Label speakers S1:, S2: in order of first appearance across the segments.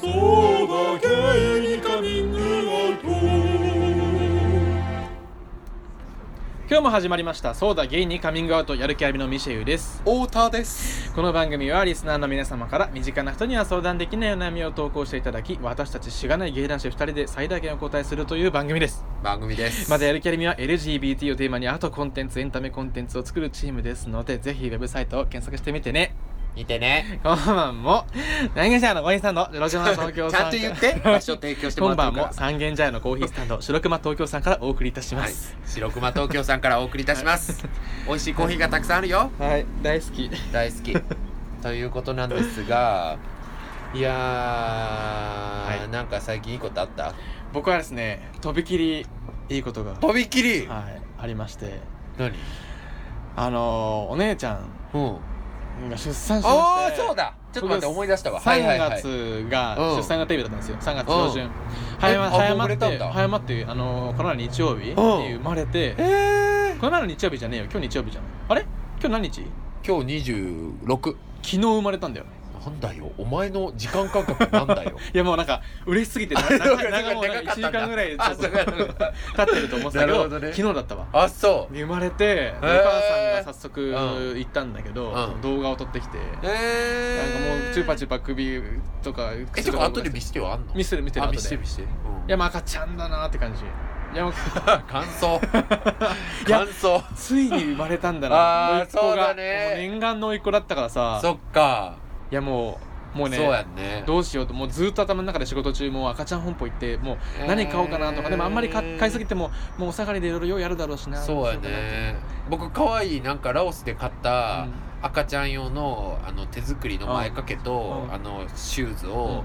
S1: そうだけにカミングアウト
S2: 今日も始まりました「そうだゲイにカミングアウトやる気ありのミシェユ」です
S1: 太田です
S2: この番組はリスナーの皆様から身近な人には相談できないお悩みを投稿していただき私たちしがない芸男子2人で最大限お答えするという番組です
S1: 番組です
S2: またやる気ありみは LGBT をテーマにアートコンテンツエンタメコンテンツを作るチームですのでぜひウェブサイトを検索してみてね
S1: 見てね
S2: こんばんも何がしゃのコーヒースタンド白熊東京
S1: ちゃ
S2: さん
S1: んと言って場所提供してもら
S2: 今
S1: ってる
S2: 晩
S1: から
S2: も三軒茶屋のコーヒースタンド白熊東京さんからお送りいたしま
S1: はい
S2: す、、
S1: 白熊東京さんからお送りいたします、美味しいコーヒーがたくさんあるよ
S2: はい、大好き
S1: 大好きということなんですがいやー、
S2: はい
S1: なんか最近いいことあった
S2: 僕はですねとびきりいいことが、
S1: とびっきり
S2: はい、ありまして
S1: 何
S2: あのーお姉ちゃ
S1: うん
S2: んが出産しま
S1: ああ
S2: して
S1: そうだちょっと待って
S2: 僕
S1: 思い出したわはいはい
S2: 3
S1: はい
S2: 月が
S1: うん
S2: 出産がデビューだったんですよ3月上
S1: うん
S2: 旬早ま
S1: あも
S2: 早ま
S1: う
S2: っ
S1: 生まれ
S2: て
S1: たんだ
S2: 早まってあのーこの前の日曜日に生まれて
S1: ええ
S2: この前の日曜日じゃねえよ今日日曜日じゃんあれ今日何日
S1: 今日26
S2: 昨日生まれたんだよね
S1: なんだよお前の時間感覚なんだよ
S2: いやもうなんか嬉しすぎ てな な
S1: そう
S2: な
S1: か
S2: なんかもうなんか1時間ぐらいちょっと
S1: あそうかそうか
S2: 経ってると思ってたけ
S1: なる
S2: ど
S1: ほどね
S2: 昨日だったわ
S1: あそう
S2: で生まれて、お母さんが早速
S1: う
S2: 行ったんだけど、
S1: うん
S2: 動画を撮ってきて、 なんか
S1: ええ
S2: もうチューパチューパ首とか
S1: え
S2: 口
S1: ちょ
S2: と
S1: っ
S2: か
S1: と後で見せてよあんの
S2: 見せる見せる
S1: あ
S2: 後で
S1: 見せて見せて、うん
S2: いやまあ赤ちゃんだなって感じいや もう
S1: 感想
S2: いや
S1: 感想
S2: ついに生まれたんだな
S1: あー
S2: 甥っ子が
S1: そうだね
S2: もう念願の甥っ子だったからさ
S1: そっか
S2: いやもうもうね
S1: そうやんね
S2: どうしようともうずっと頭の中で仕事中もう赤ちゃん本舗行ってもう
S1: えー
S2: 何買おうかなとか、でもあんまり買買いすぎてももうお下がりでいろいろ用やるだろうしな
S1: そうや
S2: どしよかな
S1: ね僕可愛いなんかラオスで買った
S2: うん
S1: 赤ちゃん用のあの手作りの前掛けと
S2: うん
S1: あのシューズを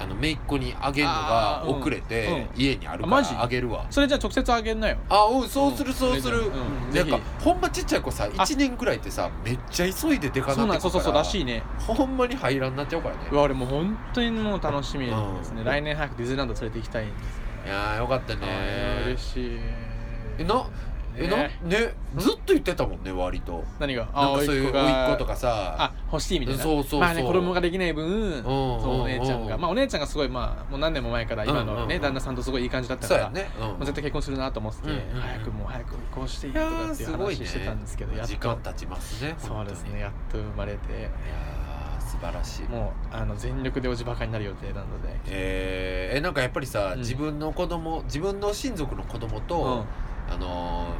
S1: あの姪っ子にあげるの
S2: あ
S1: が
S2: ーうん
S1: 遅れて
S2: う
S1: 家にあるか
S2: あマジ
S1: らあげるわ
S2: それじゃあ直接あげんなよ
S1: あうんそうするそうする
S2: うん
S1: な
S2: ぜ
S1: ん
S2: ひ
S1: かほんまちっちゃい子さ
S2: あ
S1: 1年ぐらいってさめっちゃ急いででか
S2: そう
S1: な
S2: な
S1: って
S2: んそ
S1: く
S2: うそうそう
S1: から
S2: らしいね
S1: ほんまに入らんなっちゃうからね
S2: うわ俺もう本当にもう楽しみですね、
S1: うん
S2: 来年早くディズニーランド連れて行きたいんです
S1: いやーよかった
S2: ね
S1: ね
S2: 嬉しい
S1: えなえな
S2: ね
S1: ねずっと言ってたもんね割と
S2: 何が
S1: なんかそういう甥っ子と
S2: か
S1: かさ
S2: あ欲しいみたいな
S1: そうそうそう
S2: まあね子供ができない分そうお姉ちゃん
S1: うんう
S2: が
S1: ん
S2: まあお姉ちゃんがすごいまあもう何年も前から今
S1: うん
S2: の
S1: うんう
S2: ね
S1: ん
S2: 旦那さんとすごいいい感じだった
S1: そ
S2: か
S1: うや
S2: ら
S1: ねうん
S2: もう絶対結婚するなと思ってて、
S1: うんうんうん
S2: 早くもう早く離婚していい
S1: い
S2: と
S1: や
S2: か
S1: ー
S2: っていう
S1: すごい
S2: 話
S1: ね
S2: してたんですけどやっ
S1: 時
S2: と
S1: 間経ちますね
S2: そうです
S1: 本
S2: ねやっと生まれて
S1: 当にいやー素晴らしい
S2: もうあの全力でおじばかになる予定なので
S1: えーえなんかやっぱりさ、
S2: うん
S1: 自分の子供自分の親族の子供と、あのーえー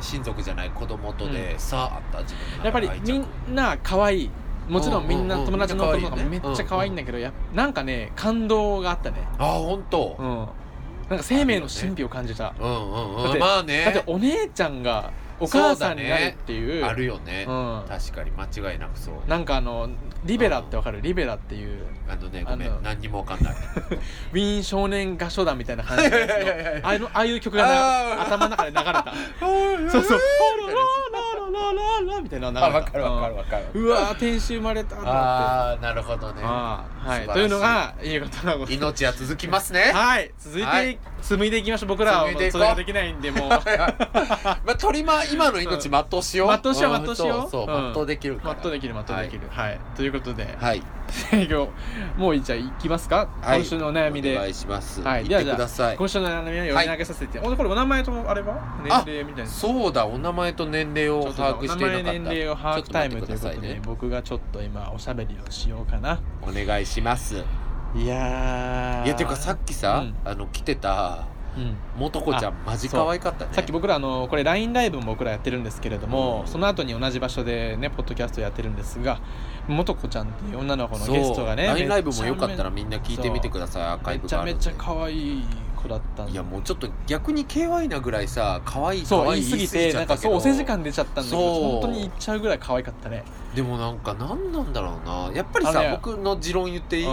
S1: 親族じゃない子供とで、
S2: う
S1: 差あった自分の
S2: やっぱりみんな可愛いもちろんみんな
S1: うんうんうん
S2: 友達の子とかも
S1: み
S2: め
S1: んな可愛いよね
S2: っちゃ可愛いんだけどやっぱなんかね感動があったね
S1: ああ本当、
S2: う
S1: うん、
S2: んなんか生命の神秘を感じた
S1: うんうん
S2: だって
S1: まあね
S2: だってお姉ちゃんがお母さんになるっていう
S1: あるよね、
S2: うん
S1: 確かに間違いなくそう
S2: なんかあのリベラってわかるリベラっていう
S1: あのねごめ
S2: あの
S1: ん何にもわかんない
S2: ウィーン少年合唱団みたいな感じのやつの
S1: いやいやいや
S2: ああいうのああいう曲が
S1: あ
S2: な
S1: ー
S2: 頭の中で流れ た そうそう「ララララララ」みたいなの
S1: あ
S2: が
S1: わ
S2: 流
S1: か
S2: れた
S1: るわかるわかる
S2: うんうわー天使生まれたと思って
S1: ああなるほどね
S2: あーは
S1: 素晴らし
S2: い
S1: い
S2: というのがいいことなことで
S1: 命は続きます ね
S2: はい続いて、
S1: はい
S2: 紡いでいきましょう僕らは
S1: 紡い
S2: も
S1: でいうこ
S2: そうれができないん でもう
S1: まあ、鳥間今の命全うしよう
S2: 全うしよう全うしよう
S1: うんそうそう
S2: うん
S1: 全うできるから
S2: 全うできる全うできるはい、ということで
S1: はい、
S2: 営業もうじゃあ行きますか、
S1: はい
S2: 今週のお悩みで
S1: お願いします、
S2: はい
S1: 言っ
S2: で
S1: てく
S2: はじゃ
S1: だ
S2: あ
S1: さい
S2: 今週のお悩みを読み上げさせて、おこれお名前とあれば
S1: あ
S2: 年齢みたいな
S1: そうだお名前と年齢
S2: ち
S1: を
S2: ょっと
S1: 把握していなかった
S2: お名前年齢を把握タイム
S1: ち
S2: と
S1: ょ
S2: い
S1: っ
S2: うこ
S1: 待
S2: と
S1: ってくださ
S2: で、
S1: いね
S2: 僕がちょっと今おしゃべりをしようかな
S1: お願いします
S2: いやー
S1: いやていうかさっきさ、
S2: うん
S1: あの来てた
S2: うん
S1: もとこちゃんマジ可愛かったね
S2: さっき僕らあのこれ LINE ライブも僕らやってるんですけれども、
S1: うん
S2: その後に同じ場所でねポッドキャストやってるんですがもとこちゃんっていう女の子のゲストがね
S1: そう LINE ライブ
S2: めっち
S1: も
S2: ゃ
S1: よかったらみんな聞いてみてくださいアーカイ
S2: め
S1: ブ
S2: ち
S1: が
S2: ゃ
S1: ある
S2: め
S1: んで
S2: ちゃ可愛い子だったんで
S1: いやもうちょっと逆に KY なぐらいさ可愛い
S2: そう
S1: 可愛
S2: 言い
S1: い
S2: 過ぎ
S1: 言
S2: て
S1: い過
S2: な
S1: ぎちゃ
S2: んか
S1: ったけ
S2: そう
S1: ど
S2: お世辞感出ちゃったんだけど
S1: そう
S2: 本当に言っちゃうぐらい可愛かったね
S1: でもなんか何なんだろうなやっぱり
S2: あ
S1: さ
S2: れ
S1: 僕の持論言っていい、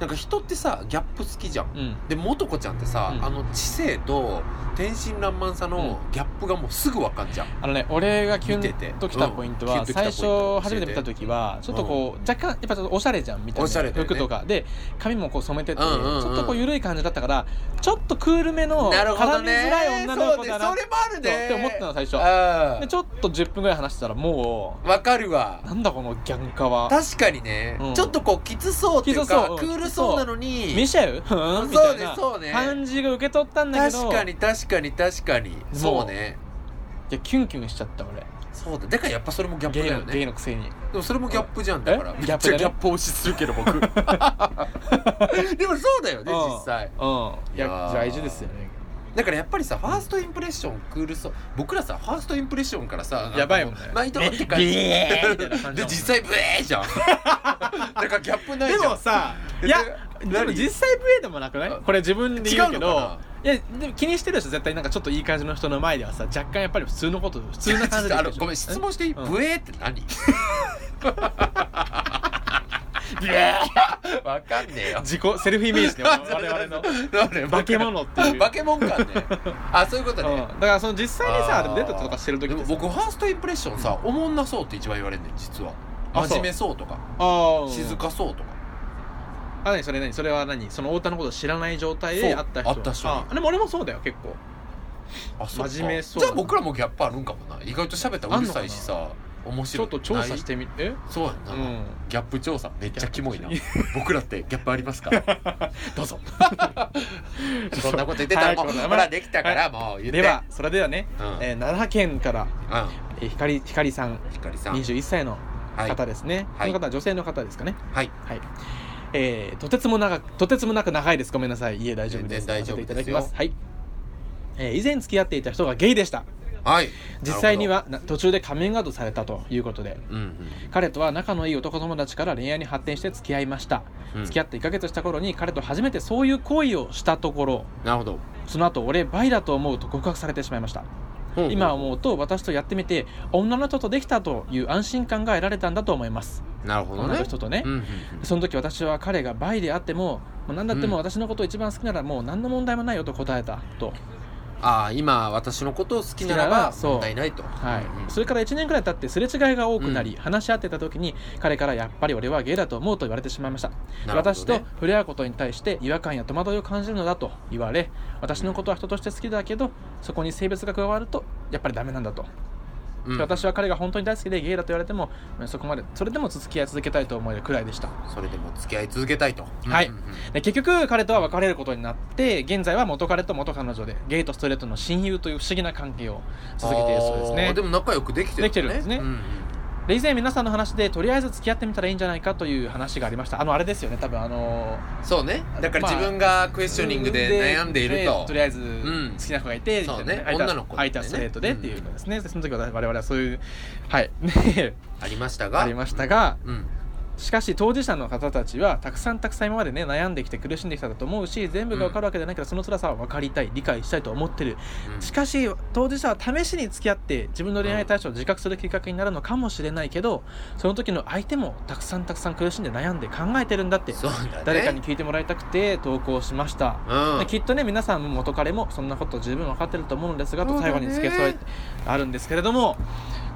S1: なんか人ってさギャップ好きじゃん
S2: うん、うん、
S1: でもとこちゃんってさ、
S2: うん
S1: あの知性と天真爛漫さのギャップがもうすぐ分かんじゃん、
S2: あのね俺がキュ
S1: 見てて
S2: ンときたポイント
S1: うん
S2: は
S1: キュンと
S2: 最
S1: きたポイント
S2: 初初めて見た時は
S1: ん
S2: ちょっとこう若干やっぱちょっとおしゃれじゃんみたい
S1: おしゃれ
S2: な
S1: だよね
S2: 服とかで髪もこう染めててち
S1: うんうんうん
S2: ょっとこう緩い感じだったからちょっとクールめの
S1: なるほ
S2: 絡
S1: ど
S2: み
S1: ね
S2: づらい女の子だな
S1: そうねそれもあるね
S2: って思ったの最初で
S1: 初
S2: ちょっと10分ぐらい話してたらも
S1: 分かるわ
S2: うなんだこのギャンカは
S1: 確かにね、
S2: うん
S1: ちょっとこうきつそうっていう
S2: きつ
S1: か
S2: そううん
S1: クールそうなのに
S2: 見しちゃう そう
S1: そうねそうね
S2: 感じが受け取ったんだけど
S1: 確かに確かに確かにそうね
S2: いやキュンキュンしちゃった俺
S1: そうだだからやっぱそれもギャップだ
S2: ゲイ
S1: よ
S2: のゲイ
S1: ね
S2: のくせに
S1: でもそれもギャップじゃん
S2: え
S1: だから
S2: ギャップだね
S1: 推しするけど 僕でもそうだよね
S2: うん
S1: 実際
S2: うんいや
S1: いやー
S2: 大事ですよね
S1: だからやっぱりさファーストインプレッションクールそう僕らさファーストインプレッションからさ
S2: やばいもんね
S1: 毎度って感
S2: ビ
S1: じ
S2: ビエ ーみたいな感じだもんね
S1: で実際ブエーじゃん だからギャップない
S2: で
S1: じゃん
S2: もさ
S1: え
S2: いや
S1: で
S2: でも
S1: 何
S2: 実際プレイでもなくない
S1: あ
S2: これ自分で言うけ
S1: 違うの
S2: ど
S1: か
S2: いやでも気にしてるでしょ絶対なんかちょっといい感じの人の前ではさ若干やっぱり普通 のこと普通な感じで
S1: あのごめん質問していい、
S2: うん
S1: ブエーって何
S2: ビエ
S1: わかんねえ
S2: ー
S1: よ
S2: 自己セルフイメー ジで我々の
S1: 我
S2: 化け物ってい う
S1: 化け物感ねあそういうこと
S2: うん
S1: ね
S2: だ、からその実際に
S1: あ
S2: さ
S1: ー
S2: でもデートとかしてる時
S1: で
S2: っ
S1: も
S2: てさ
S1: 僕ファーストインプレッションさ、おもんなそうって一番言われるねん実は
S2: あそう
S1: 真面目そうとか
S2: あー
S1: 静かそうとか
S2: あ何それ何それは何その太田のことを知らない状態
S1: そう
S2: で会った人
S1: 会った人に
S2: あでも俺もそうだよ結構
S1: あそっか
S2: 真面目そう
S1: じゃあ僕らもギャップあるんかもな意外と喋ったらうるさいしさ面
S2: ちょ
S1: 白
S2: っ
S1: く
S2: と調査しててみえ
S1: そうやんな、
S2: うん
S1: ギャップ調査めっちゃキモいな
S2: ギャ
S1: 僕らってギャップありますかどうぞそんなこと言ってた
S2: 早
S1: ら
S2: く
S1: もう
S2: ございます
S1: ほらできたからもう言って
S2: ではそれではね、
S1: うん、
S2: えー奈良県から
S1: う
S2: えーひかりひかりさん
S1: ん、ひかりさん
S2: 21歳の
S1: はい
S2: 方ですね、
S1: はい
S2: この方は女性の方ですかね
S1: はい
S2: はいえーとてつもなくとてつもなく長いですごめんなさいいえ大丈夫です
S1: 全然大丈夫ですよ
S2: させていただきますはい、えー以前付き合っていた人がゲイでした
S1: はい
S2: 実際にはな途中で仮面ガードされたということ
S1: な
S2: で
S1: るほどうん
S2: 彼とは仲のいい男友達から恋愛に発展して付き合いました、
S1: うんうん
S2: 付き合って1ヶ月した頃に彼と初めてそういう行為をしたところ
S1: なるほど
S2: その後俺バイだと思うと告白されてしまいました
S1: ほうほう
S2: 今思うと私とやってみて女の人とできたという安心感が得られたんだと思います
S1: なるほど
S2: 女
S1: ね
S2: の人とね
S1: うんうんうん
S2: その時私は彼がバイであってももう何だっても
S1: うん
S2: 私のことを一番好きならもう何の問題もないよと答えたと、
S1: ああ今私のことを好きなら
S2: 好きなら
S1: ば
S2: そう
S1: 問題ないと
S2: はい
S1: うんうん
S2: それから1年くらい経ってすれ違いが多くなり、話し合ってた時に彼からやっぱり俺はゲイだと思うと言われてしまいました、
S1: なるほどね
S2: 私と触れ合うことに対して違和感や戸惑いを感じるのだと言われ私のことは人として好きだけどそこに性別が加わるとやっぱりダメなんだと
S1: うん
S2: 私は彼が本当に大好きでゲイだと言われてもそこまでそれでも付き合い続けたいと思えるくらいでした
S1: それでも付き合い続けたいと
S2: はい
S1: うんうんうん
S2: で結局彼とは別れることになって現在は元彼と元彼女でゲイとストレートの親友という不思議な関係を続けているそうです
S1: あー
S2: ね
S1: でも仲良くできてる
S2: できてるんですね
S1: うんうん
S2: で以前皆さんの話でとりあえず付き合ってみたらいいんじゃないかという話がありましたあのあれですよね多分あの
S1: そうねだから
S2: まあ
S1: 自分がクエスチョニングで悩んでいると
S2: とりあえず
S1: ん
S2: 好きな子がいて、みたいな
S1: そうね
S2: 相手は
S1: 女の子だった
S2: 相手は
S1: よね
S2: ストレートでっていうのですね、でその時は我々はそういう はい
S1: ありましたが
S2: ありましたが
S1: うん
S2: しかし当事者の方たちはたくさんたくさん今までね悩んできて苦しんできたと思うし全部が分かるわけじゃないけど、その辛さは分かりたい理解したいと思ってる
S1: うん
S2: しかし当事者は試しに付き合って自分の恋愛対象を自覚するきっかけになるのかもしれないけどその時の相手もたくさんたくさん苦しんで悩んで考えてるんだって
S1: そうだね
S2: 誰かに聞いてもらいたくて投稿しました、
S1: う
S2: で
S1: ん
S2: きっとね皆さんも元彼もそんなこと十分分かってると思うのですがと
S1: そうだ
S2: 最
S1: ね
S2: 後に付け添えてあるんですけれども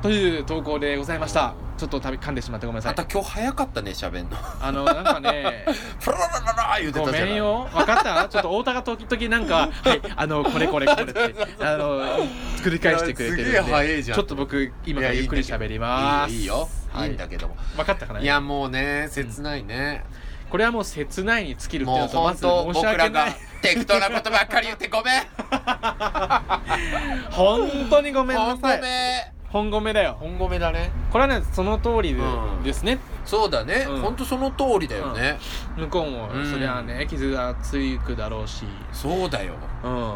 S2: という投稿でございましたちょっと旅噛んでしまってごめんなさ
S1: また
S2: い
S1: 今日早かったね喋んの
S2: あのなん かね
S1: プララララ言うて
S2: ご
S1: たじゃ
S2: めん
S1: ない
S2: よ分かったちょっと太田が時々なんか「はいあのこれこれこれ」ってあの繰り返してくれてるん
S1: す
S2: で
S1: げえ早いじゃん
S2: ちょっと僕今からゆっくり喋ります
S1: いいよい
S2: はい
S1: いんだけども
S2: 分かったかない
S1: やもうね切ないね
S2: これはもう切ないに尽きるっていう
S1: もう
S2: のとま
S1: 本
S2: ず
S1: 当
S2: 申し
S1: 僕ら
S2: 訳な
S1: が
S2: い
S1: 適当なことばっかり言ってごめん
S2: 本当にごめんな
S1: 本
S2: さ
S1: ご
S2: い
S1: め
S2: 本米だよ
S1: 本ごめだね
S2: これはねその通りで
S1: うん
S2: ですね、
S1: そうだね
S2: うん
S1: 本当その通りだよね
S2: 向こうも
S1: うん
S2: そりゃあね傷がつくだろうし
S1: そうだよ
S2: うん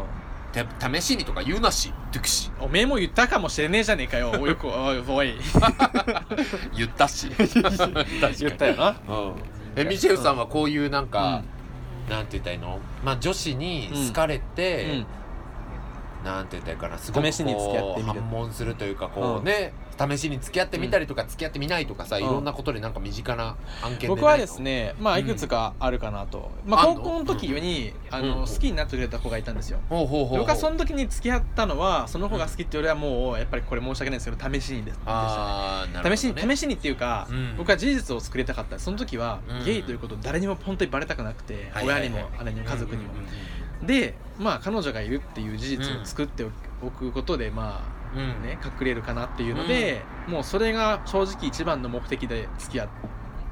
S1: て試しにとか言うなしドゥクシ
S2: おめえも言ったかもしれねえじゃねえかよおいよくおいおい
S1: 言ったし
S2: 言ったよな
S1: うんえミシェルさんはこういうなん
S2: うん
S1: か、なんて言ったらいいのまあ女子に好かれて、
S2: うん
S1: なんて言ったらいいかなすごくこ
S2: 試しに付き合って
S1: う
S2: みる
S1: 反問するというかこうね、試しに付き合ってみたりとか付き合ってみないとかさ、
S2: うん
S1: いろんなことでなんか身近な案件でないの
S2: 僕はですねまあいくつかあるかなと、まあ
S1: あん
S2: 高
S1: の
S2: 校の時にあの、
S1: うん
S2: 好きになってくれた子がいたんですよ
S1: ほうほうほう
S2: 僕はその時に付き合ったのはその子が好きっていうよりはもうやっぱりこれ申し訳ないですけど試しにですでしたね
S1: あーなるほど、ね、
S2: 試しに、試しにっていうか、
S1: うん
S2: 僕は事実を作りたかったその時は、
S1: うん
S2: ゲイということを誰にも本当にバレたくなくて、
S1: はいはいはい
S2: 親にも姉にも家族にも、
S1: うんうん
S2: でまあ彼女がいるっていう事実を作っておくことで、ま
S1: うんうん
S2: あね隠れるかなっていうので、もうそれが正直一番の目的で付き合っっ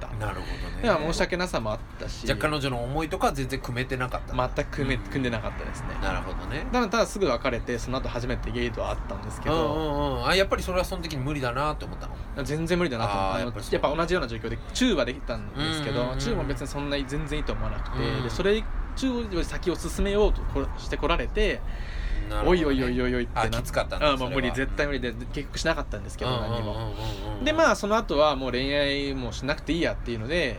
S2: た
S1: なるほどね
S2: だから申し訳なさもあったし
S1: じゃあ彼女の思いとかは全然組めてなかったんだ
S2: 全く組め
S1: うん
S2: 組んでなかったですね
S1: なるほどね
S2: ただただすぐ別れてその後初めてゲイと会ったんですけ
S1: うんう
S2: ど
S1: んうんあやっぱりそれはその時に無理だなって思ったの
S2: 全然無理だなと思っ
S1: あ
S2: て
S1: ー
S2: あの
S1: やっぱりそう
S2: やっぱ同じような状況で中はできたんですけ
S1: うんうんうん
S2: ど
S1: うん
S2: 中も別にそんなに全然いいと思わな
S1: う
S2: く
S1: ん
S2: てでそれ中より先を進めようとこしてこられて
S1: なるほど
S2: お
S1: ね
S2: いおいおいおいおいってな
S1: あきつかったんだ
S2: あもう無理絶対無
S1: 理
S2: 理で結局しなかったんですけど何も
S1: も
S2: でまあその後はもう恋愛もしなくていいやっていうので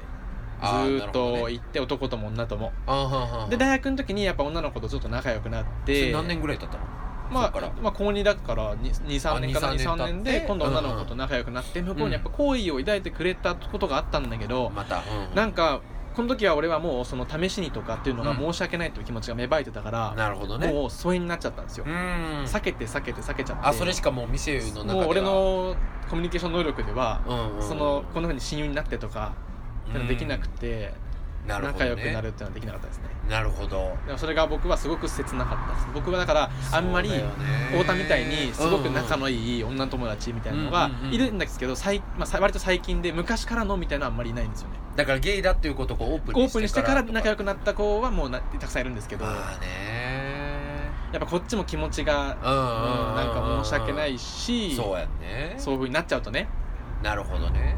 S2: ず
S1: あー
S2: ーっと行って男とも女とも
S1: あ
S2: で大学の時にやっぱ女の子とちょっと仲良くなっ
S1: そ
S2: て
S1: れ何年ぐらい経ったの
S2: ま
S1: そっから
S2: あ、まあ、高2だから23年か
S1: あ
S2: な
S1: 2 3
S2: 23
S1: 年
S2: 年
S1: 経っ
S2: で
S1: て
S2: 今度女の子と仲良くなって向こうにやっぱ好意を抱いてくれたことがあったんだけど
S1: またうん
S2: なんかこの時は俺はもうその試しにとかっていうのが申し訳ないという気持ちが芽生えてたから
S1: なるほどね
S2: もう疎遠になっちゃったんですよ
S1: うん
S2: 避けて避けて避けちゃって
S1: あそれしかもう店の中では
S2: もう俺のコミュニケーション能力では
S1: うんうん
S2: そのこんなふうに親友になってとかっていうのできなくて
S1: うんなるほど
S2: 仲
S1: ね
S2: 良くなるっていうのはできなかったですね
S1: なるほど
S2: でもそれが僕はすごく切なかったです僕はだからあんまり
S1: そうだよね
S2: 太田みたいにすごく仲のいい女友達みたいなのが
S1: うんうんうん
S2: いるんですけどさい、まあ、さ割と最近で昔からのみたいなのはあんまりいないんですよね
S1: だからゲイだっていうことをこうオープン
S2: オ
S1: に
S2: ープンにしてから仲良くなった子はもうなたくさんいるんですけどや
S1: まあね
S2: っぱこっちも気持ちが、
S1: うん
S2: うん、なんか申し訳ないし
S1: そうやんね
S2: そういうふうになっちゃうとね
S1: なるほどね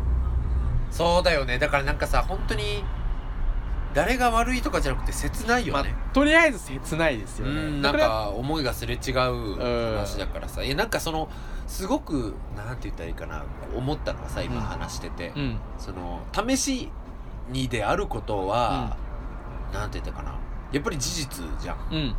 S1: そうだよねだからなんかさ本当に誰が悪いとかじゃなくて切ないよ
S2: まあ
S1: ね、
S2: とりあえず切ないですよ
S1: う
S2: ね
S1: ん
S2: で
S1: なん
S2: これは
S1: か思いがすれ違う話だからさえなんかそのすごくなんて言ったらいいかな思ったのがさ今
S2: うん
S1: 話してて、
S2: うん
S1: その試しにであることは、なんて言ったかなやっぱり事実じゃん
S2: うん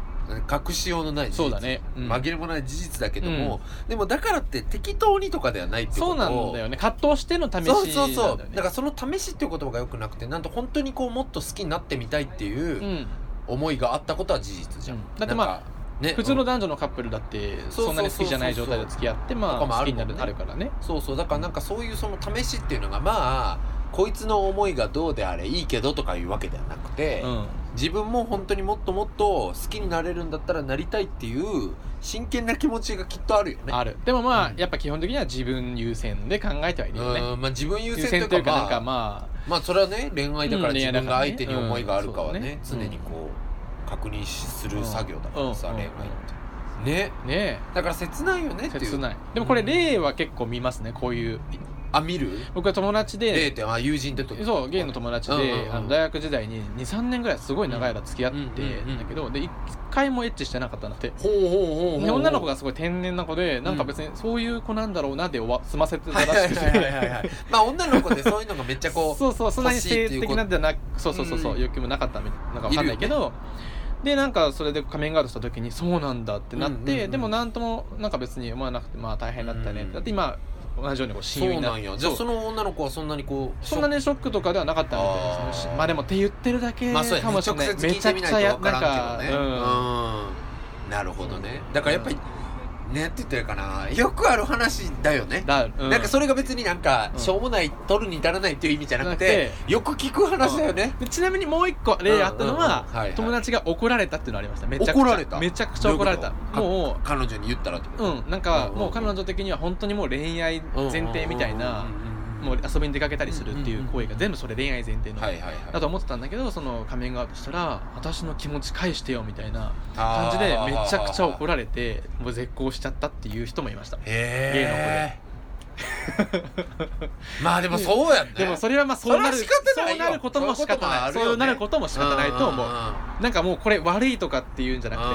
S1: 隠しようのない事実
S2: そうだね、うん
S1: 紛れもない事実だけども、でもだからって適当にとかではないってこと
S2: そ
S1: を
S2: うなんだよね葛藤しての試しなんだよ
S1: そう
S2: ね
S1: そうそうだからその試しっていう言葉がよくなくてなんと本当にこうもっと好きになってみたいって
S2: う
S1: いうん思いがあったことは事実じゃん、
S2: うんだってまあ
S1: なんかね
S2: 普通
S1: う
S2: の
S1: ん
S2: 男女のカップルだって
S1: そうそうそうそう
S2: そんなに好きじゃない状態で付き合って
S1: と
S2: ま
S1: か
S2: あ
S1: もあ
S2: 好
S1: る
S2: き
S1: も
S2: に
S1: んね
S2: なるあるからね
S1: そうそうだからなんかそういうその試しっていうのがまあこいつの思いがどうであれいいけどとかいうわけではなくて、
S2: うん
S1: 自分も本当にもっともっと好きになれるんだったらなりたいっていう真剣な気持ちがきっとあるよね
S2: あるでもま
S1: う
S2: あ
S1: ん
S2: やっぱ基本的には自分優先で考えてはいるよね
S1: うんまあ自分優
S2: 優
S1: 先
S2: 先
S1: と
S2: と
S1: い
S2: いうう
S1: かま
S2: かなん
S1: あ
S2: かま
S1: まあそれはね恋愛だから
S2: うん恋
S1: 自
S2: 愛だ
S1: 分
S2: から
S1: が
S2: ね
S1: 相手に思いがあるかはね,、
S2: うんそう
S1: 常
S2: だね
S1: にこう確認しする作業だからさ、
S2: うん
S1: 恋愛ってね
S2: あね
S1: だから切ないよね
S2: え
S1: っていう
S2: 切ないでもこれ例は結構見ますねこういう
S1: あ見る
S2: 僕は友達
S1: 例
S2: で
S1: ってあ友人ってと
S2: そうゲイの友達
S1: うんうんう
S2: で
S1: ん
S2: あの大学時代に23年ぐらいすごい長い間付き合って
S1: うんうん
S2: だけどで1回もエッチしてなかったなって
S1: ほうほうほうほう
S2: で女の子がすごい天然な子でなんか別にそういう子なんだろうなで終わ済ませてた
S1: はい
S2: ら
S1: は
S2: し
S1: い
S2: く
S1: はいはい
S2: て
S1: はいはいまあ女の子でそういうのがめっちゃこう
S2: そうそうそんなに
S1: 欲しいっ
S2: 性
S1: ていう
S2: 的なんじゃなくそうそうそうそううん欲求もなかったみなんかわかんないけどでなんかそれで仮面ガードした時にそうなんだってなっ
S1: うんうんう
S2: て
S1: ん
S2: でもなんともなんか別に思わなくてまあ大変だったねっ
S1: うん
S2: てだって今同じようにこう親
S1: そ
S2: 友
S1: う
S2: に
S1: な
S2: なん
S1: や
S2: っ
S1: じゃあそ
S2: て
S1: の女の子はそんなにこう
S2: そんなにショックとかではなかったみたいです
S1: あー
S2: ねまあでもって言ってるだけ
S1: ま
S2: か
S1: あ
S2: も
S1: そうや、ね、
S2: し
S1: 直接
S2: れないめ
S1: 聞い
S2: ちゃ
S1: て
S2: く
S1: み
S2: ちゃ
S1: ない
S2: や
S1: と分からんけどね
S2: なんか
S1: うんなるほどねだからやっぱりねって言ったらいいかなよくある話だよね
S2: だう
S1: なんかそれが別になんか
S2: うん
S1: しょうもない取るに至らないっていう意味じゃなくてよく聞く話だよね
S2: でちなみにもう一個例あったのは
S1: うんうんうんはいはい
S2: 友達が怒られたっていうのありましためちゃくちゃ
S1: 怒られた
S2: めちゃくちゃ怒られた
S1: どういうこと
S2: もう
S1: 彼女に言ったらってこと
S2: うんなん
S1: うん
S2: か
S1: うんうん
S2: もう彼女的には本当にもう恋愛前提みたいなもう遊びに出かけたりするっていう行為が全部それ恋愛前提の
S1: はいはいはい
S2: だと思ってたんだけどその仮面がしたら私の気持ち返してよみたいな
S1: あ
S2: 感
S1: ー
S2: じでめちゃくちゃ怒られてもう絶交しちゃったっていう人もいました
S1: へえ まあでもそうやんね
S2: でもそれはまあそうなる
S1: それは仕方ないよ
S2: そうなることも仕方な
S1: そ
S2: いそう
S1: いうこともあるよ
S2: う
S1: ね
S2: なることも仕方ないと思
S1: んん
S2: うんなんかもうこれ悪いとかっていうんじゃなくて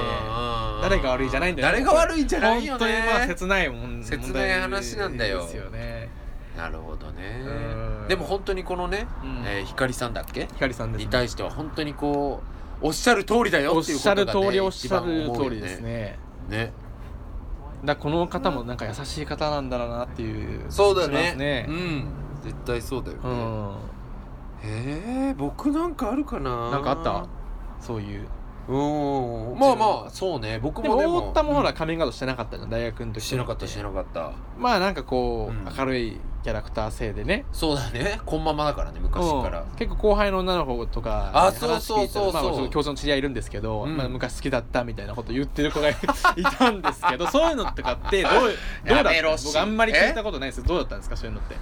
S2: 誰が悪いじゃないんだよ
S1: 誰が悪いじゃないよ
S2: 本当にまあ
S1: ね
S2: 切ないもん
S1: 切ない話なんだよ
S2: 問題ですよね
S1: なるほどね
S2: うん
S1: でも本当にこのね、
S2: うん
S1: えー、光さんだっけ
S2: ひかりさんです
S1: に
S2: ね
S1: 対しては本当にこうおっしゃる通りだよ
S2: おっ
S1: っていうこ
S2: しゃ
S1: と
S2: る
S1: が、
S2: 通
S1: ね、
S2: りおっしゃ
S1: 一
S2: る
S1: 番思う
S2: 通
S1: よ
S2: りですね
S1: ね
S2: だからこの方もなんか優しい方なんだろうなっていう
S1: そうだ
S2: しま
S1: ね
S2: すね
S1: うん絶対そうだよ
S2: う
S1: ね、
S2: ん
S1: へえ僕なんかあるかな
S2: なんかあったそういう
S1: うんまあまあそうね僕
S2: で
S1: もで
S2: も
S1: も
S2: 太田もほらカミングアウトしてなかったじゃん大学の時
S1: してなかったしてなかった
S2: まあなんかこ
S1: うん
S2: う明るいキャラクター性でね
S1: そうだねこんままだからね昔から
S2: うん結構後輩の女の子とか
S1: あ
S2: ね
S1: そうそうそうそう
S2: 話聞いたらまあちょっと共通の知り合いいるんですけど、
S1: うん
S2: まあ、昔好きだったみたいなこと言ってる子が いたんですけどそういうのとかってどうどうだ
S1: や
S2: っ
S1: めろ
S2: た
S1: し
S2: 僕あんまり聞いたことないですけどどうだったんですかそういうのって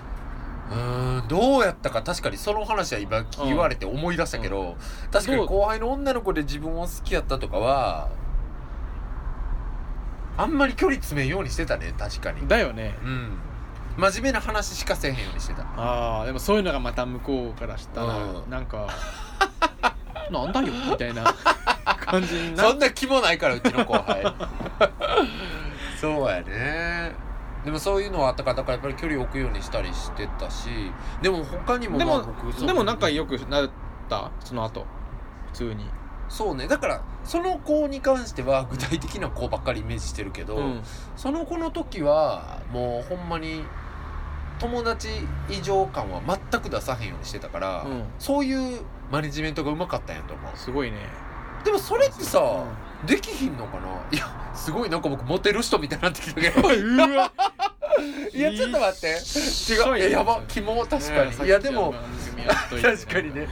S1: うーんどうやったか確かにその話は今言われて思い出したけど、確かに後輩の女の子で自分を好きやったとかはあんまり距離詰めんようにしてたね確かに
S2: だよね
S1: うん真面目な話しかせえへんようにしてた
S2: ああでもそういうのがまた向こうからしたら、
S1: うん
S2: な んかなんだよみたいな感じにな
S1: そんな気もないからうちの後 輩そうやねでもそういうのはあったからだからやっぱり距離を置くようにしたりしてたしでも他にも
S2: で
S1: まあ
S2: も
S1: 僕そう
S2: でも仲良くなったその後普通に
S1: そうねだからその子に関しては具体的な子ばっかりイメージしてるけど、
S2: うん
S1: その子の時はもうほんまに友達以上感は全く出さへんようにしてたから、
S2: うん
S1: そういうマネジメントがうまかったんやと思う
S2: すごいね
S1: でもそれってさ、
S2: う
S1: できひんのかないやすごいなんか僕モテる人みたいになってきたけ ど
S2: んうわ
S1: いやちょっと待って違うえやばキモ確かに、いやでも確かにね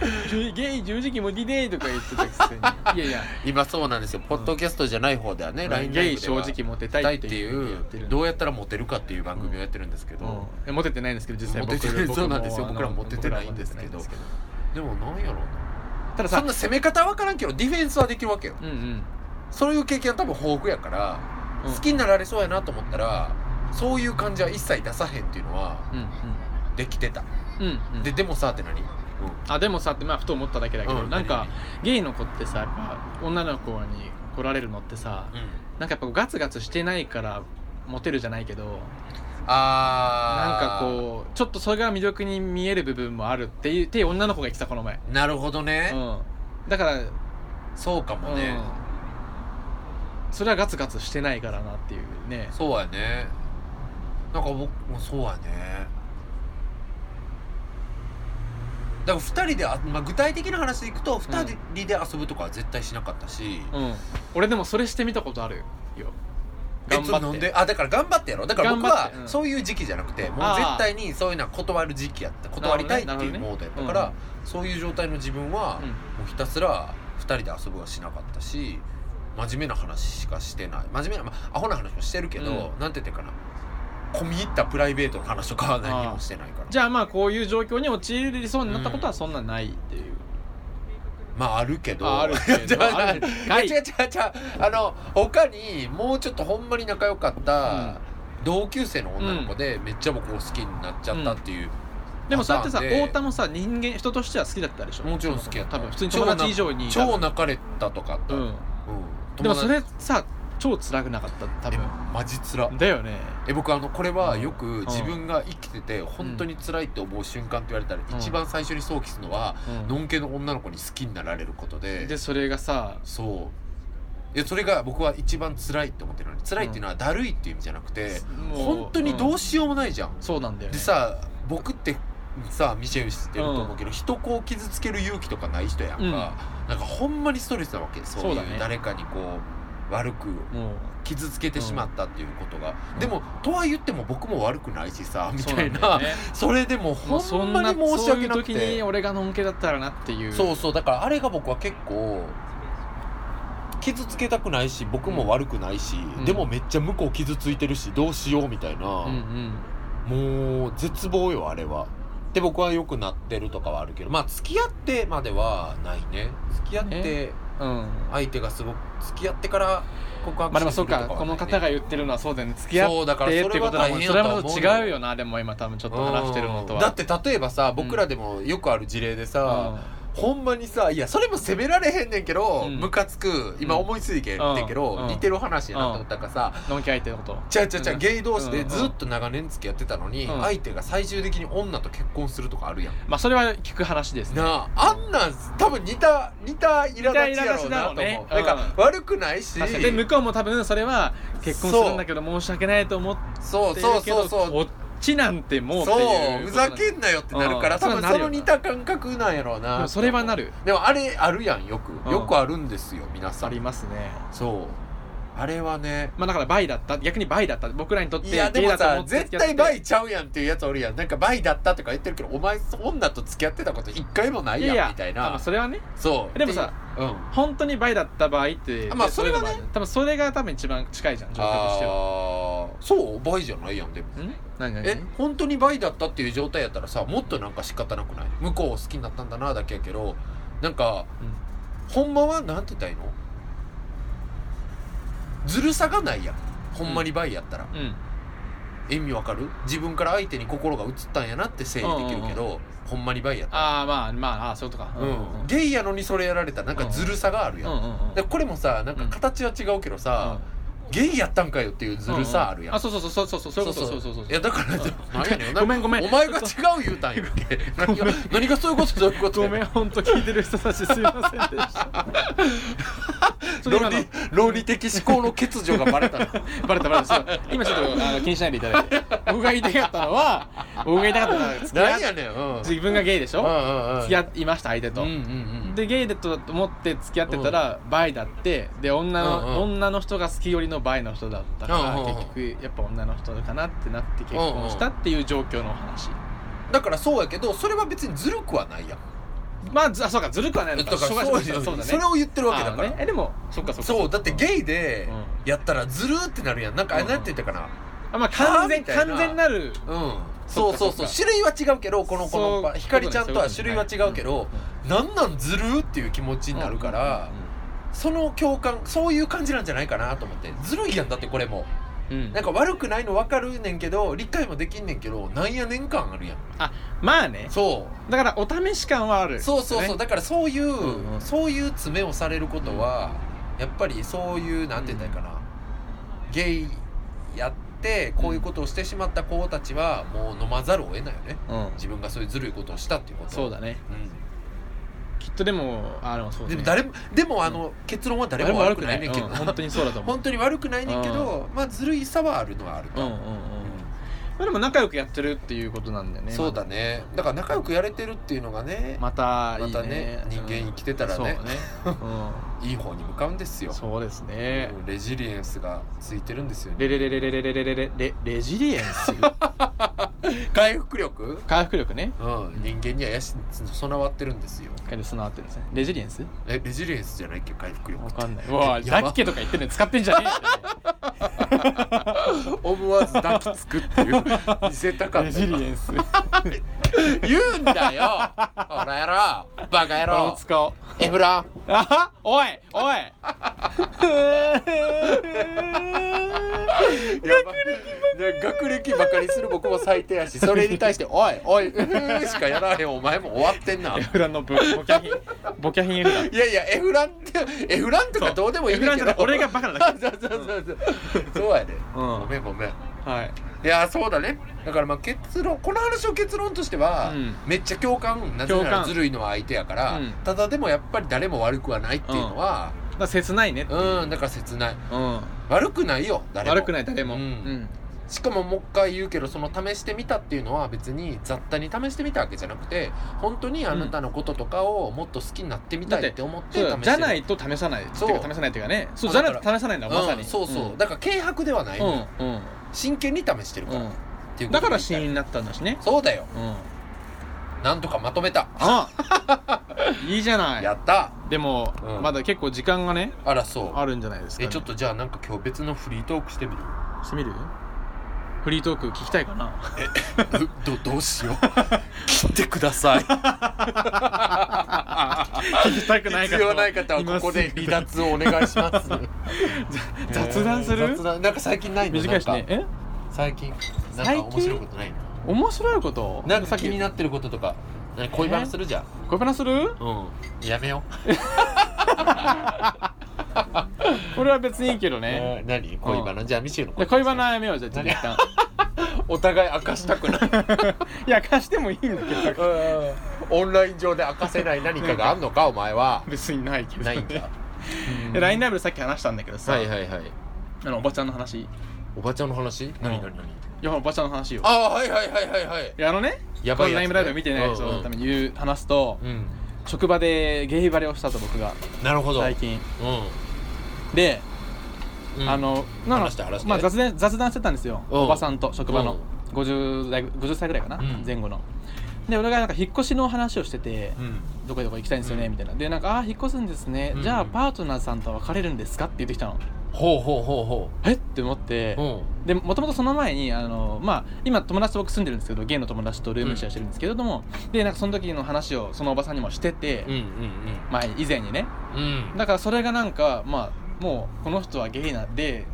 S2: ゲイ十字キモディデイとか言ってたくせにいやいや
S1: 今そうなんですよポッドキャストじゃない方ではね、LINE ラ
S2: ゲ
S1: イ
S2: イ
S1: ブでは
S2: 正直モテたいっていう
S1: っていうどうやったらモテるかっていう番組をやってるんですけど、
S2: うんモテてないんですけど実際
S1: モ
S2: 僕
S1: テてない
S2: 僕
S1: そうなんですよ
S2: あの
S1: 僕らモテてないんですけど
S2: 僕らはモテてないんで
S1: でもなんやろうな
S2: すけどただ
S1: そ
S2: さ
S1: んな攻め方は分からんけどディフェンスはできるわけよ
S2: うんうん
S1: そういう経験は多分豊富やから、
S2: うん
S1: 好きになられそうやなと思ったらそういう感じは一切出さへんっていうのは
S2: うん
S1: できてた、
S2: うんうんうん
S1: ででもさって何、
S2: あでもさってまあふと思っただけだけど、
S1: うん
S2: なんかゲイの子ってさやっぱ女の子に来られるのってさ
S1: うん
S2: なんかやっぱガツガツしてないからモテるじゃないけどなん
S1: あ
S2: か
S1: ー
S2: こうちょっとそれが魅力に見える部分もあるっていうって女の子が言ってたこの前、
S1: なるほどね、
S2: うん、だから、
S1: そうかもね、
S2: うんそれはガツガツしてないからなっていうね
S1: そうやねなんか僕もそうやねだから2人であ、まあ、具体的な話でいくと2人で遊ぶとかは絶対しなかったし、
S2: うん、俺でもそれしてみたことあるよ
S1: え
S2: 頑
S1: ちょっと
S2: 張
S1: 飲
S2: っ
S1: ん
S2: て
S1: であだから頑張ってやろうだから僕
S2: 頑張
S1: は
S2: ってうん
S1: そういう時期じゃなくても
S2: あ
S1: う
S2: ー
S1: 絶対にそういうのは断る時期やった断りたいっていうモードやったか
S2: な
S1: ら
S2: るほどねなるほどね
S1: そういう状態の自分は
S2: うん
S1: もうひたすら2人で遊ぶはしなかったし真面目な話しかしてない真面目なまあアホな話もしてるけど、なんて言ってんかな込み入ったプライベートの話とかは何もしてないから
S2: じゃあまあこういう状況に陥りそうになったことはそんなないっていう、
S1: まああるけど
S2: ああるけど
S1: じゃあ
S2: あるけど
S1: いや違う違う違うあの他にもうちょっとほんまに仲良かった同級生の女の子で、めっちゃ僕を好きになっちゃったっていう、
S2: でもそうやってさ
S1: パターンで
S2: 太田もさ人間人としては好きだったでしょ
S1: もちろん好きやった
S2: 多分普通に友達以上に
S1: 超泣かれたとかあった、
S2: う
S1: うん
S2: んでもそ
S1: 友達
S2: れさ超辛くなかった多分
S1: えマジつら
S2: だよね
S1: え僕あのこれはよ
S2: うん
S1: く自分が生きてて本当に辛いって思う瞬間って言われたら
S2: うん
S1: 一番最初に想起するのは
S2: うん
S1: のんけの女の子に好きになられることで
S2: でそれがさ
S1: そういやそれが僕は一番辛いって思ってるのに辛いっていうのはだるいっていう意味じゃなくて
S2: もう
S1: 本当にど
S2: ん
S1: うしようもないじゃん
S2: そうなんだよね
S1: でさ僕ってさミシェル知ってると思うけど、人こう傷つける勇気とかない人やんか、
S2: うん
S1: なんかほんまにストレスなわけそういう
S2: そうだね
S1: 誰かにこう悪く
S2: もう
S1: 傷つけてしまったっていうことが、
S2: うん
S1: でもとは言っても僕も悪くないしさみ
S2: そう
S1: たい
S2: ん
S1: な
S2: だよ
S1: そ,、
S2: ね
S1: れでも
S2: も
S1: ほ
S2: うそ
S1: ん
S2: ん
S1: ま
S2: な
S1: に申し
S2: そ
S1: 訳
S2: ういう
S1: なく
S2: 時
S1: て
S2: に俺がのんけだったらなっていう
S1: そううそうだからあれが僕は結構傷つけたくないし僕も悪くないし、
S2: ん
S1: でもめっちゃ向こう傷ついてるしどうしようみたいな、
S2: うんうん
S1: もう絶望よあれはで僕は良くなってるとかはあるけどまあ付き合ってまではないね付き合って
S2: うん
S1: 相手がすごく付き合ってから告
S2: まあ
S1: 白
S2: でも
S1: す
S2: そ
S1: る
S2: う
S1: とかはない
S2: か
S1: ね
S2: この方が言ってるのはそうだよね付き合っ
S1: そうだから
S2: てっ
S1: そ
S2: て
S1: れ
S2: こ
S1: は
S2: とだ
S1: 大
S2: もん
S1: 変
S2: そ
S1: やと
S2: れは
S1: は
S2: も
S1: 思
S2: う
S1: う
S2: 違うよなでも今多分ちょっと話してるのとは
S1: だって例えばさ僕らでもよくある事例でさ、ほんまにさいやそれも責められへんねんけど、
S2: うん
S1: ムカつく今思いついてんけど、
S2: うん
S1: 似てる話やなと思ったからさ、
S2: のんけ相手のこと
S1: ちゃうちゃうちゃう、
S2: うん
S1: ゲイ同士でずっと長年付き合ってたのに、
S2: うん
S1: 相手が最終的に女と結婚するとかあるやん
S2: まあそれは聞く話ですね
S1: なああんなん多分似た似た苛立ちやろうなと
S2: 似た苛立ちだろう
S1: 思
S2: ね
S1: うなんか悪くないし
S2: 確かにで向こうも多分それは結婚するんだけど申し訳ないと思って
S1: そう
S2: る
S1: そう
S2: け
S1: そ
S2: ど
S1: うそう
S2: こっちなんてもうって
S1: そ
S2: いうう
S1: ふざけんなよってなるから
S2: うん
S1: 多分
S2: それはな
S1: そ
S2: るよ
S1: の
S2: な
S1: 似た感覚なんやろう
S2: で
S1: な
S2: もそれはなる
S1: でもあれあるやんよく
S2: うん
S1: よくあるんですよ皆さ
S2: あり
S1: ん
S2: ますね
S1: そうあれはね
S2: まあだから倍だった逆に倍だった僕らにとって
S1: い
S2: ゲイ
S1: や
S2: だ
S1: でも
S2: と思
S1: さ
S2: って
S1: 絶
S2: 付き合って
S1: 対バイちゃうやんっていうやつおるやんなんかバイだったとか言ってるけどお前女と付き合ってたこと一回もない
S2: いやい
S1: や
S2: や
S1: んみたい
S2: あまあ
S1: な
S2: それはね
S1: そう
S2: でもさ
S1: っていううん
S2: 本当に倍だった場合って
S1: あまあそれはね
S2: そういうのもある多分それが多分一番近いじゃん状況としては
S1: あーそう倍じゃないやんでも
S2: ん何何
S1: え本当に倍だったっていう状態やったらさもっとなんか仕方なくない向こうを好きになったんだなだけやけどなんか
S2: うん
S1: ほんまはなんて言ったらいいのずるさがないやんほんまに倍やったら、
S2: うん
S1: 意味わかる自分から相手に心が移ったんやなって整理できるけど、ほんまに倍やった
S2: ああまあまああーそういうことか
S1: う
S2: うん
S1: ん、ゲイやのにそれやられたらなんかずるさがあるやん、
S2: うんうんうん
S1: でこれもさなんか形は違うけどさ、ゲイやったんかよっていうずるさあるやん、
S2: あそうそうそうそうそうそういうことそうそうそう
S1: いやだから、何やね ん
S2: ごめんごめん
S1: お前が違う言うたんやっけ何が何がそういうことどういうこと
S2: ごめん本当聞いてる人たちすいませんでした ちょっと
S1: 論
S2: 今の
S1: 理論理的思考の欠如がバレたな
S2: バレたバレたそう今ちょっとあの気にしないでいただいて僕が言いたかったのは僕が言いたかったのは付き合
S1: 何
S2: っ
S1: やねんうん
S2: 自分がゲイでしょ
S1: うんうんうん
S2: 付き合いました相手と、
S1: うんうんうん
S2: でゲイでと思って付き合ってたら、バイだってで女の、
S1: うんうん
S2: 女の人が好き寄りのバイの人だったから、
S1: うんうんうん
S2: 結局やっぱ女の人かなってなって結婚したっていう状況のお話、
S1: だからそうやけどそれは別にずるくはないやん
S2: まあずあそうかずるくはないの
S1: だ
S2: か
S1: から
S2: しょ
S1: そう
S2: が
S1: う
S2: ないそうだね
S1: それを言ってるわけだか
S2: あ
S1: ら
S2: ーねえでもそっかそっか
S1: そうだってゲイで
S2: うん
S1: やったらずるーってなるやんなんかあれ
S2: うん
S1: なんて言ったかな
S2: あまあ完
S1: はあみ
S2: 全
S1: たいな
S2: 完全なる
S1: うんそ
S2: そっ
S1: う
S2: か
S1: そうそう
S2: そ
S1: 種類は違うけどこのこ
S2: そういうこと
S1: の
S2: ね
S1: ひかりちゃんとは
S2: そ
S1: 種
S2: う
S1: 類
S2: いう
S1: は
S2: ことね
S1: 違うけどなんなんずるーっていう気持ちになるからその共感そういう感じなんじゃないかなと思ってずるいやんだってこれも
S2: うんうんうん
S1: なんか悪くないの分かるねんけど理解もできんねんけどなんや年間あるやん
S2: まあね
S1: そ
S2: だからお試し感はある
S1: うそうそうそう
S2: ね
S1: だからそうい
S2: うんう
S1: うんそういう詰めをされることはやっぱりそういうなんて言ったらいいかなゲイやってこういうことをしてしまった子たちはもう飲まざるを得ないよね
S2: うん
S1: 自分がそういうずるいことをしたっていうこと
S2: そうだね
S1: うん
S2: きっとでもあのそう
S1: で
S2: ね
S1: も誰もでもあの結論は誰も悪くないねんけど
S2: うん本当にそうだと思う
S1: 本当に悪くないねんけどまあずるいさはあるのはある
S2: うん
S1: と
S2: うんうんまあでも仲良くやってるっていうことなんだよね
S1: そうだねだから仲良くやれてるっていうのがね
S2: またいいね
S1: またね人間生きてたらね
S2: そうね
S1: いい方に向かうんです
S2: う
S1: よ
S2: んそうですね
S1: もうレジリエンスがついてるんですよね
S2: レレレレレレレレレレレジリエンス
S1: 回復力
S2: 回復力ね
S1: うん人間にはやし備わってるんですよ
S2: 一回で備わってるんですねレジリエンス
S1: えレジリエンスじゃないっけ回復力
S2: わ
S1: っ
S2: か
S1: て
S2: んない。わあ、
S1: やば
S2: だっけとか言ってるの使ってんじ ゃね
S1: 思わず抱きつくって いう見せた
S2: え
S1: か
S2: よ。
S1: った
S2: レジリ
S1: 今
S2: エンス。
S1: 言うんだよほらやろバカ野
S2: これを
S1: 郎
S2: 使おう。
S1: エフラン
S2: あは おいおい
S1: やばね学歴ばかりする僕も最低やしそれに 対して「おいおい」うーしかやらへんお前も終わってんな
S2: エ。フランのボボキャ品ボキャ品エフラン
S1: いやいや F ランって F ランとかどうでもいい
S2: エ
S1: ん
S2: フラ
S1: だ
S2: ンじ
S1: け
S2: ゃ
S1: ど
S2: ない俺がバカなだけ
S1: そうそうそうそうそうやで、
S2: うん
S1: ごめんごめんい
S2: はい
S1: やそうだねだからまあ結論この話を結論としては、
S2: うん
S1: めっちゃ共感なぜな
S2: 共
S1: ら
S2: 感
S1: ずるいのは相手やから、
S2: うん
S1: ただでもやっぱり誰も悪くはないっていうのは
S2: だから切ないね
S1: うん、だから切ない
S2: うん
S1: 悪くないよ誰も
S2: 悪くない誰も
S1: う
S2: うんん
S1: しかももう一回言うけどその試してみたっていうのは別に雑多に試してみたわけじゃなくて本当にあなたのこととかをもっと好きになってみたいって思って試し
S2: そう
S1: て
S2: だ
S1: み
S2: じゃないと試さない
S1: そう
S2: っていか試さないっていうかねそうじ
S1: だ
S2: ゃ
S1: か
S2: な
S1: ら
S2: いと試さないんだまさ
S1: う
S2: に
S1: んそうそう、
S2: ん
S1: だから軽薄ではない、
S2: う
S1: の
S2: ん
S1: よ
S2: うん
S1: 真剣に試してるから、
S2: う
S1: っていうんこ
S2: だ
S1: とみ
S2: から
S1: たい
S2: 死因になったんだしね
S1: そうだよ
S2: うん
S1: なんとかまとめた、
S2: あいいじゃない
S1: やった
S2: でも
S1: うん
S2: まだ結構時間がね
S1: あらそう
S2: あるんじゃないですか
S1: え
S2: ね
S1: ちょっとじゃあなんか今日別のフリートークしてみる
S2: してみるフリートーク聞きたいかな
S1: うどどうしよ う切ってください
S2: 聞きたくない
S1: 必
S2: 方
S1: 要ない方はここで離脱をお願いします
S2: 雑談する
S1: 雑談なんか最近ないの
S2: 短いし
S1: なん
S2: ね
S1: か
S2: え
S1: 最近なんか
S2: 最近
S1: 面白いことないの
S2: 面白いこと
S1: なんか気に
S2: な
S1: なってることとか何恋バナするじゃん、
S2: 恋バナする
S1: うんやめよ
S2: 俺は別にいいけど
S1: う、
S2: ね
S1: えー何恋バナ、じゃあミシューの
S2: いや恋バナやめようじゃあちょっと一旦
S1: お互い明かしたく ない
S2: いや貸してもいいんだけど
S1: オンライン上で明かせない何かがあんのかお前は
S2: 別にないけど
S1: ないんだ
S2: で LINE ライブでさっき話したんだけどさ
S1: はいはいはい
S2: あのおばちゃんの話い
S1: おばちゃんの話何何何
S2: やおばちゃんの話よ
S1: ああはいはいはいはいはい
S2: いやあのね
S1: や
S2: こ
S1: ばい
S2: の
S1: やつ
S2: LINE ライブ見てない人
S1: うんうん
S2: のために言う話すと
S1: うん
S2: 職場でゲイバレをしたと僕が
S1: なるほど
S2: 最近
S1: うん
S2: で
S1: うん
S2: あのなの
S1: 話して話して
S2: まあ、雑談雑談してたんですよ
S1: うん
S2: おばさんと職場の
S1: う
S2: 50代50歳ぐらいかな、
S1: うん
S2: 前後ので俺がなんか引っ越しの話をしてて、
S1: うん
S2: どこどこ行きたいんですよね、
S1: うん
S2: みたいなでなんか「ああー引っ越すんですね、
S1: うん
S2: じゃあパートナーさんとは別れるんですか?」って言ってきたの
S1: ほうほうほうほ
S2: えっって思って
S1: ううん
S2: でもともとその前にあの、まあ、今友達と僕住んでるんですけどゲイの友達とルームシェアしてるんですけれども、でなんかその時の話をそのおばさんにもしてて、
S1: うん
S2: まあ、以前にね
S1: うんうん
S2: だからそれがなんかまあもうこの人はゲイなんで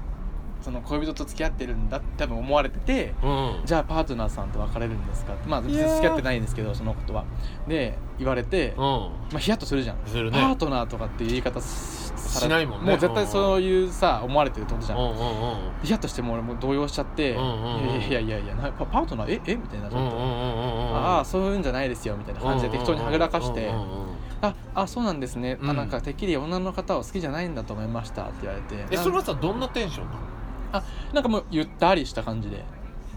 S2: その恋人と付き合ってるんだって多分思われてて
S1: うんうん
S2: じゃあパートナーさんと別れるんですかまあ別に
S1: いやー
S2: 付き合ってないんですけどそのことはで言われて、まあ、ヒヤッとするじゃん、
S1: する
S2: パ
S1: ね
S2: ートナーとかっていう言い方しされ
S1: しないもんね
S2: もう絶対そういうさ思われてるってことじ
S1: う
S2: ゃ
S1: ん
S2: ん
S1: うんうん
S2: ヒヤッとしてもう俺もう動揺しちゃって「
S1: うんうんうん
S2: いやいやいやいやなパパートナーええみたいな
S1: うんうんうんうん
S2: ああそういうんじゃないですよ」みたいな感じで適当にはぐらかして
S1: うんうんうんうん
S2: 「ああそうなんですね、
S1: う
S2: あ
S1: ん
S2: なんかてっきり女の方を好きじゃないんだと思いました」って言われて
S1: え
S2: な
S1: それはさどんなテンションなの
S2: なんかもうゆったりした感じで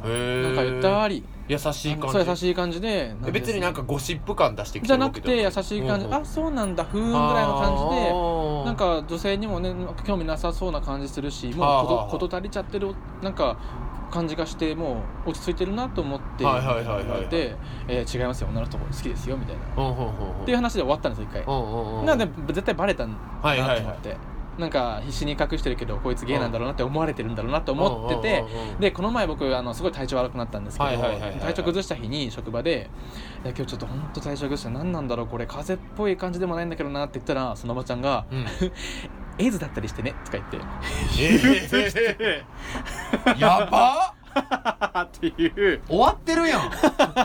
S1: へえ
S2: なんかゆったり
S1: 優しい感
S2: そう
S1: じ
S2: 優しい感じで
S1: え別になんかゴシップ感出してきて
S2: じゃ
S1: る
S2: な
S1: わ
S2: く
S1: け
S2: て
S1: でも
S2: 優しい感じ
S1: うんうん
S2: あそうなんだふーんぐらいの感じで
S1: あー
S2: なんか女性にもね興味なさそうな感じするしもう
S1: あ
S2: こ
S1: ー
S2: と事足りちゃってるなんか感じがしてもう落ち着いてるなと思って言
S1: はいはいはいはい
S2: われて「えー違いますよ女の人好きですよ」みたいなっ
S1: うんうんうんうん
S2: ていう話で終わったんですよ一回
S1: うんうんうん
S2: なんで絶対バレたん
S1: は
S2: だ
S1: い
S2: な
S1: はい
S2: と思
S1: は
S2: ってなんか必死に隠してるけどこいつゲイなんだろうなって思われてるんだろうなと
S1: い
S2: 思ってて
S1: うんうんうんうん
S2: でこの前僕あのすごい体調悪くなったんですけど
S1: はいはいはいはいはい
S2: 体調崩した日に職場でいや「今日ちょっと本当体調崩した何なんだろうこれ風邪っぽい感じでもないんだけどな」って言ったらそのおばちゃんが
S1: うん
S2: 「エイズだったりしてね」とか言って
S1: えーやばっ
S2: っていう
S1: 終わってるやん終わ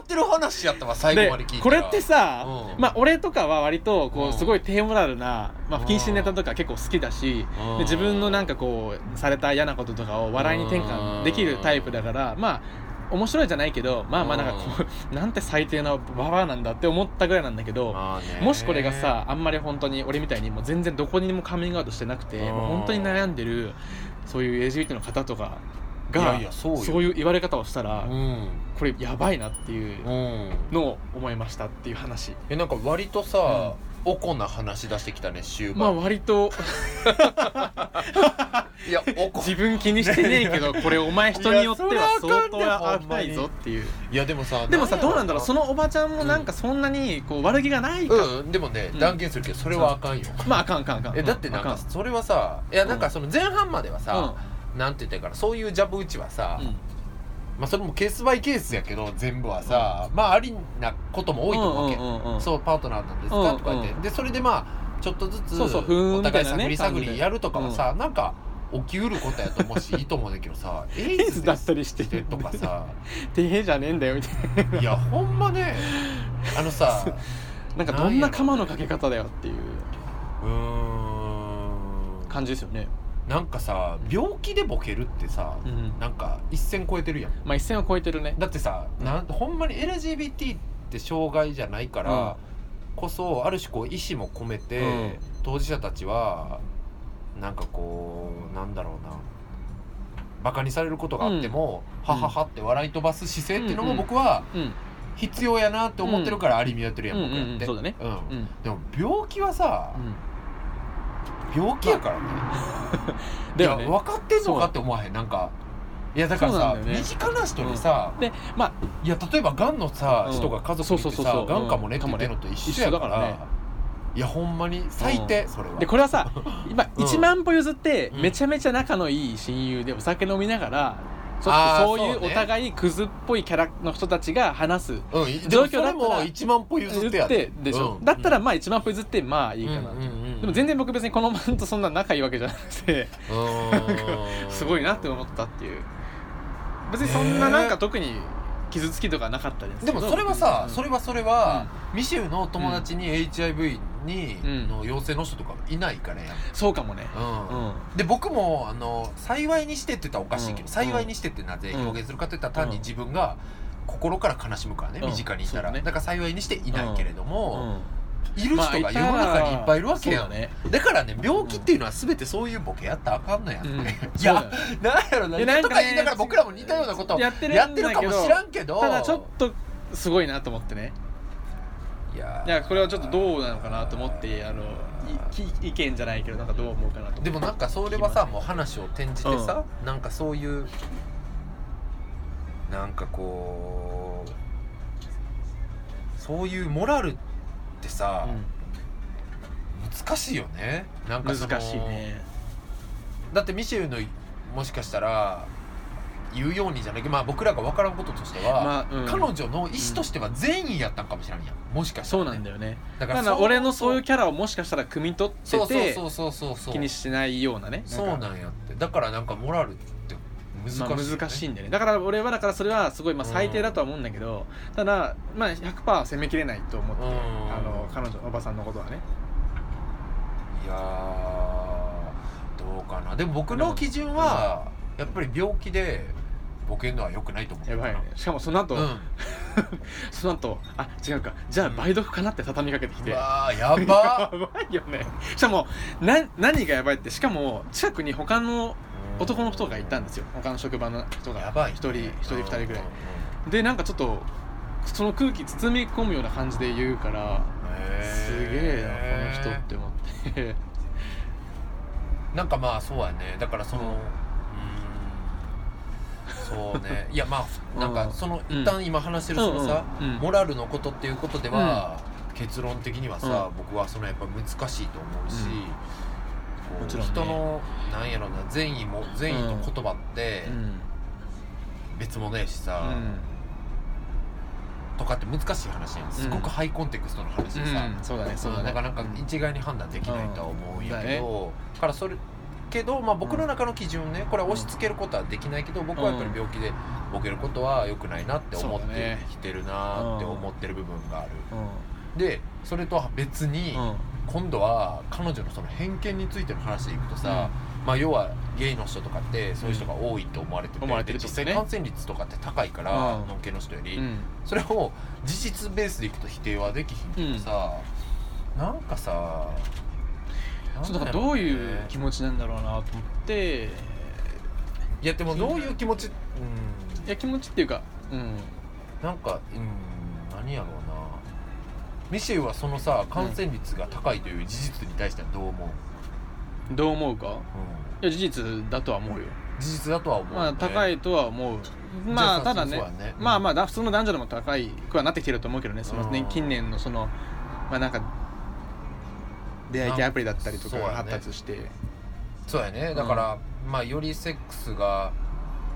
S1: ってる話やったわ最後
S2: で
S1: まで聞いたら
S2: これってさ、
S1: うん
S2: まあ俺とかは割とこ
S1: う
S2: うんすごい低モラルな、まあ、
S1: うん
S2: 不謹慎ネタとか結構好きだし
S1: うん
S2: で自分のなんかこうされた嫌なこととかを笑いに転換できるタイプだからまあ面白いじゃないけどまあまあなんかこうなんて最低なババアなんだって思ったぐらいなんだけど、
S1: まあね
S2: もしこれがさあんまり本当に俺みたいにもう全然どこにもカミングアウトしてなくて
S1: うん
S2: もう本当に悩んでるそういう LGBT の方とかが
S1: いやいやそうよ
S2: いう言われ方をしたら、
S1: うん
S2: これやばいなっていう
S1: うん
S2: のを思いましたっていう話
S1: えなんか割とさおこな話出してきたね終
S2: まあ
S1: 盤
S2: 割と
S1: い やおこ
S2: 自分気にしてねえ けどこれお前人によって
S1: いや
S2: は
S1: それは
S2: 相
S1: あかんねほ
S2: 当危
S1: ん
S2: な
S1: ま
S2: い
S1: に
S2: ぞっていう
S1: いやでもさ
S2: でもさどうなんだろうそ
S1: の
S2: のおばちゃんもなんかそんなにこう悪気がないか、
S1: うんでもね
S2: うん
S1: 断言するけどそれはあかんよ
S2: まああかんあかんあかん
S1: えだってなん
S2: あ
S1: か
S2: ん
S1: それはさいやなんかその前半まではさ
S2: う
S1: なんて言ったらいいかなそういうジャブ打ちはさ
S2: んうん
S1: まあそれもケースバイケースやけど全部はさまあありなことも多いと思うわけ
S2: うんうんうんうん
S1: そうパートナーなんです
S2: うんう
S1: か
S2: ん
S1: とか言ってでそれでまあちょっとずつ
S2: そうそうふーん
S1: お互い
S2: みたいなね
S1: 探り探りやるとかはさなんか起きうることやと思うしいいと思うねんだけど さエ
S2: イズだったりして
S1: とかさ
S2: てへじゃねえんだよ みたい
S1: いやほんまねあの さ
S2: ななんかどんな鎌のかけ方だよっていう
S1: うーん
S2: 感じですよね
S1: なんかさ病気でボケるってさ
S2: うん
S1: なんか一線超えてるやん
S2: まあ一線を超えてるね
S1: だってさなんほんまに LGBT って障害じゃないからこそある種こう意思も込めて、
S2: うん
S1: 当事者たちはなんかこうなんだろうなバカにされることがあっても、
S2: うん
S1: はははって笑い飛ばす姿勢っていうの
S2: う
S1: も
S2: んうん
S1: 僕は
S2: うん
S1: 必要やなって思ってるからアリミやってるやん、
S2: うん
S1: 僕やって、
S2: うんうんそうだね
S1: ん
S2: うん
S1: でも病気はさ、
S2: うん
S1: 病気やからね、
S2: だ
S1: い
S2: よ
S1: や
S2: ね
S1: 分かってんのかって思わへんなんかいやだから
S2: そうな
S1: さ、
S2: んだよね
S1: 身近な人にさ、
S2: でまあ
S1: いや例えばがんのさ、
S2: うん
S1: 人が家族にい
S2: そう
S1: て
S2: そうそうそ
S1: さ
S2: う
S1: がんかもねって言ってんのと一緒やから,、
S2: うんかもね一緒だからね
S1: いやほんまに最低、それは
S2: でこれ はさ今
S1: うん
S2: 1万歩譲って
S1: うん
S2: めちゃめちゃ仲のいい親友でお酒飲みながらちょっ
S1: あー
S2: とそうい
S1: そう
S2: う
S1: ね
S2: お互いクズっぽいキャラの人たちが話す
S1: うん、で
S2: 状
S1: もそ
S2: 況だったら
S1: れも1万歩譲って
S2: 言
S1: や
S2: ってでしょ、だったらまあ1万歩譲ってまあい
S1: い
S2: いかな、
S1: うんうんうんうん
S2: でも全然僕別にこのマンとそんな仲いいわけじゃなくて
S1: うーん
S2: すごいなって思ったっていう別にそんななんか特に傷つきとかなかったですけ
S1: で
S2: ど
S1: もそれはさ、それはそれは、ミシューの友達に HIV に、
S2: うん
S1: の陽性の人とかいないからやん、
S2: そうかもね
S1: うん
S2: うん
S1: で僕もあの幸いにしてって言ったらおかしいけど、
S2: うん
S1: 幸いにしてってなぜ表現するかといったら単に自分が心から悲しむからね、
S2: うん
S1: 身近にいたら、
S2: そうね
S1: だから幸いにしていないけれども、
S2: う
S1: いる
S2: ん
S1: 人が世の中にいっぱいいるわけやん、
S2: そうだね
S1: だからね病気っていうのは全てそういうボケやったらあかんのや、、
S2: うんん
S1: い
S2: そうだ
S1: や
S2: ね
S1: なんやろな
S2: でなん
S1: と
S2: かね
S1: か言いながら僕らも似たようなことを
S2: やってるんだ
S1: やっ
S2: け
S1: て
S2: ど
S1: るかもしらんけど
S2: ただちょっとすごいなと思ってね
S1: いや
S2: いやこれはちょっとどうなのかなと思ってあのいき意見じゃないけどなんかどう思うかなと
S1: でもなんかそれはさもう話を転じてさ、なんかそういうなんかこうそういうモラルってさ、難しいよねなん
S2: う
S1: か
S2: ん、
S1: その
S2: 難しいね
S1: だってミシェルのもしかしたら言うようにじゃないけど、まあ、僕らが分からんこととしては、
S2: まあ、うん、
S1: 彼女の意思としては善意やったんかもしれんやんもしかした
S2: そ
S1: ら、
S2: うなんだよね
S1: だ
S2: だから俺のそういうキャラをもしかしたら汲み取って
S1: そう
S2: て
S1: そうそうそうそう
S2: 気にしないようなね
S1: そう
S2: な
S1: なん
S2: か
S1: んやってだからなんかモラルって難しいよ
S2: ま
S1: ね、
S2: あ難しいんだよねだから俺はだからそれはすごいまあ最低だとは思うんだけどただまあ100%攻めきれないと思って
S1: うん
S2: あの彼女おばさんのことはね
S1: いやーどうかなでも僕の基準はやっぱり病気でボケんのは良くないと思う
S2: やばいよねしかもその後、
S1: うん
S2: その後あ違うかじゃあ梅毒かなって畳みかけてきて、
S1: う
S2: や
S1: わーやば
S2: ばいよねしかもな何がやばいってしかも近くに他の 男の人がいたんですよ他の職場の人が
S1: やばい
S2: 一人一人二人ぐらい
S1: うん
S2: でなんかちょっとその空気包み込むような感じで言うから
S1: へー
S2: すげえなこの人って思って
S1: なんかまあそうやねだからその
S2: うん
S1: うーんそう ねいやまあなんかその
S2: うん
S1: 一旦今話してるそのさ、
S2: うんうんうん
S1: モラルのことっていうことでは、結論的にはさ、僕はそのやっぱ難しいと思うし、
S2: うん
S1: こう
S2: もちろんね
S1: 人のなんやろな善意も善意と言葉って
S2: うん
S1: 別物やしさ、とかって難しい話やんすごくハイコンテクストの話でさ、
S2: うんそうだねそうだね
S1: なかなか
S2: うん
S1: 一概に判断できないとは思うんやけど、だからそれけど、まあ、僕の中の基準ねこれは押し付けることはできないけど僕はやっぱり病気でボケることは良くないなって思っ
S2: そう
S1: て
S2: だね
S1: きてるなって思ってる部分がある。
S2: う
S1: でそれとは別に、
S2: んうん
S1: 今度は彼女のその偏見についての話でいくとさ、まあ、要はゲイの人とかってそういう人が多いと思われてて,、
S2: うん思われてる
S1: で
S2: と
S1: 実
S2: ね
S1: 際感染率とかって高いから、
S2: うん
S1: のんけの人より。
S2: うん
S1: それを事実ベースでいくと否定はできひんけどさ、なんかさ
S2: そうだからどういう気
S1: 持ち
S2: 持ちなんだろうなと思って
S1: いやでもどういう気持ちう
S2: いや気持ちっていうかうん
S1: んなんかうん何やろうなミシェルはそのさ感染率が高いという事実に対してはどう思う、
S2: どう思うか
S1: う
S2: いや事実だとは思うよ、
S1: ん事実だとは思う、ね、
S2: まあ高いとは思う
S1: じゃ
S2: まあ
S1: さ
S2: ただ
S1: そう
S2: ね
S1: やね
S2: まあ
S1: あ
S2: まあだ普通の男女でも高いくはなってきてると思うけどねそのね
S1: うん
S2: 近年のそのまあなんか出会い系アプリだったりとか
S1: そう
S2: が
S1: やね
S2: 発達して、
S1: そうやねだから、まあよりセックスが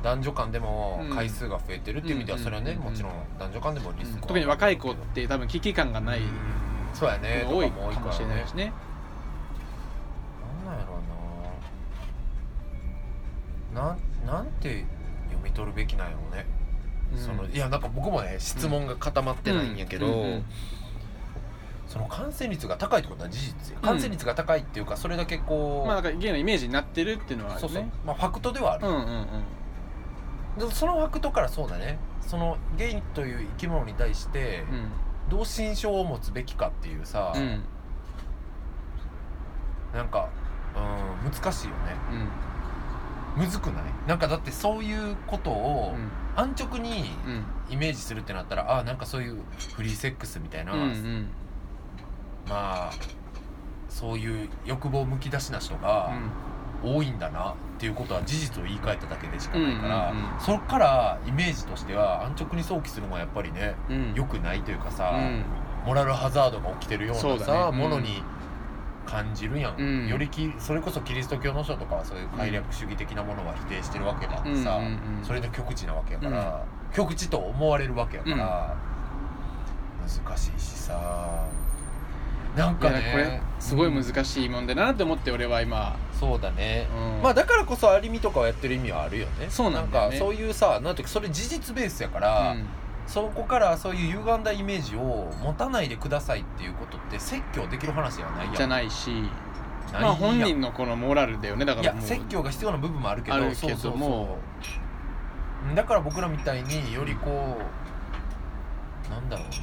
S1: 男女間でも回数が増えてるっていう意味では
S2: うん
S1: それはね、
S2: うん
S1: もちろん男女間でもリスクはあるけど
S2: 特に若い子って多分危機感がない
S1: そうやね
S2: 多い
S1: とも
S2: かもしれないしね
S1: なんなんやろうななんなんて読み取るべきなんやろうね、
S2: うん
S1: そのいやなんか僕もね質問が固まってないんやけど、
S2: うんうん
S1: その感染率が高いってことは事実や感染率が高いっていうかそれだけこう、
S2: まあなんかゲイのイメージになってるっていうのはある
S1: そ
S2: よ
S1: うそう
S2: ね
S1: まあファクトではある
S2: う、んうんうん
S1: でそのファクトからそうだねそのゲイという生き物に対して
S2: うん
S1: どう心象を持つべきかっていうさ、
S2: うん
S1: なんか、うん、難しいよね
S2: うん
S1: むずくないなんかだってそういうことを
S2: うん
S1: 安直に
S2: うん
S1: イメージするってなったらああなんかそういうフリーセックスみたいな、
S2: うんうん
S1: まあそういう欲望むき出しな人
S2: う
S1: が
S2: ん
S1: 多いんだなっていうことは事実を言い換えただけでしかないから、
S2: うんうんうん
S1: そっからイメージとしては安直に想起するのはやっぱりね
S2: うん
S1: 良くないというかさ、
S2: うん
S1: モラルハザードが起きてるよう
S2: そ
S1: な
S2: う
S1: さ
S2: だね
S1: ものに感じるやん、
S2: うん
S1: よりきそれこそキリスト教の人とかはそういう快楽主義的なものは否定してるわけだってさ、
S2: うんうんうん
S1: それの極地なわけやから、極地と思われるわけやから、難しいしさなんか
S2: いやこれ
S1: ね
S2: すごい難しい問題だなって思って俺は今、
S1: そうだね
S2: う、ん
S1: まあだからこそアリミとかをやってる意味はあるよね
S2: そうなんだよね
S1: かそういうさなんていうかそれ事実ベースやから、
S2: うん
S1: そこからそういう歪んだイメージを持たないでくださいっていうことって説教できる話ではないやん
S2: じゃないし
S1: ないやん
S2: まあ本人のこのモラルだよねだか
S1: い
S2: ら
S1: や
S2: もう
S1: 説教が必要な部分もあるけど
S2: あるけども
S1: そうそうだから僕らみたいによりこうなんだろうね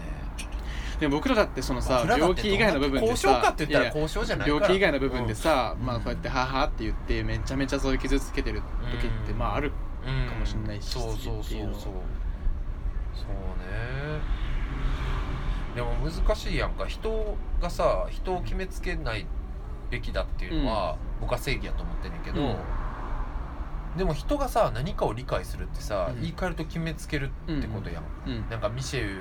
S2: でも僕らだってそのさ
S1: 僕らだっ
S2: 病
S1: て
S2: 気以外の部分で
S1: 交渉か
S2: さ
S1: って言ったら
S2: いやいや
S1: 交渉じゃないから
S2: 病気以外の部分でさ、
S1: うん
S2: まあこうやって「はは」って言ってめちゃめちゃそういう傷つけてる時って、
S1: うん
S2: まあある
S1: うん
S2: かもしんないし
S1: そうそうそうそう
S2: って
S1: そう
S2: いう
S1: ね
S2: の
S1: でも難しいやんか人がさ人を決めつけないべきだっていうのは、僕は正義やと思ってんねんけど、
S2: うん
S1: でも人がさ何かを理解するってさ、
S2: うん
S1: 言い換えると決めつけるってことやん、
S2: うん
S1: なんかミシェウっ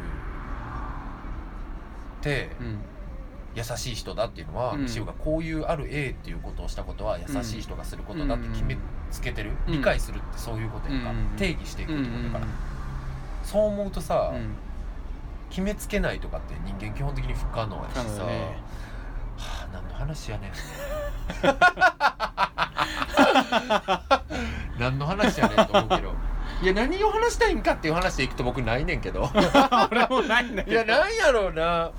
S1: て
S2: うん
S1: 優しい人だっていうのは、
S2: うん
S1: ミシェウがこういうある A っていうことをしたことは優しい人がすることだって決めつけてる、
S2: うん
S1: 理解するってそういうことやんか、
S2: うん
S1: 定義していく
S2: う
S1: っ
S2: ん
S1: てことだから、そう思うとさ、
S2: うん
S1: 決めつけないとかって人間基本的に不可能やし
S2: 不可能
S1: さ、
S2: だね
S1: はあ何の話やねん 何の話やねんと思うけど いや何を話したいんかっていう話でいくと僕ないねんけど
S2: 俺もないんだ
S1: い
S2: けど
S1: やなんやろうな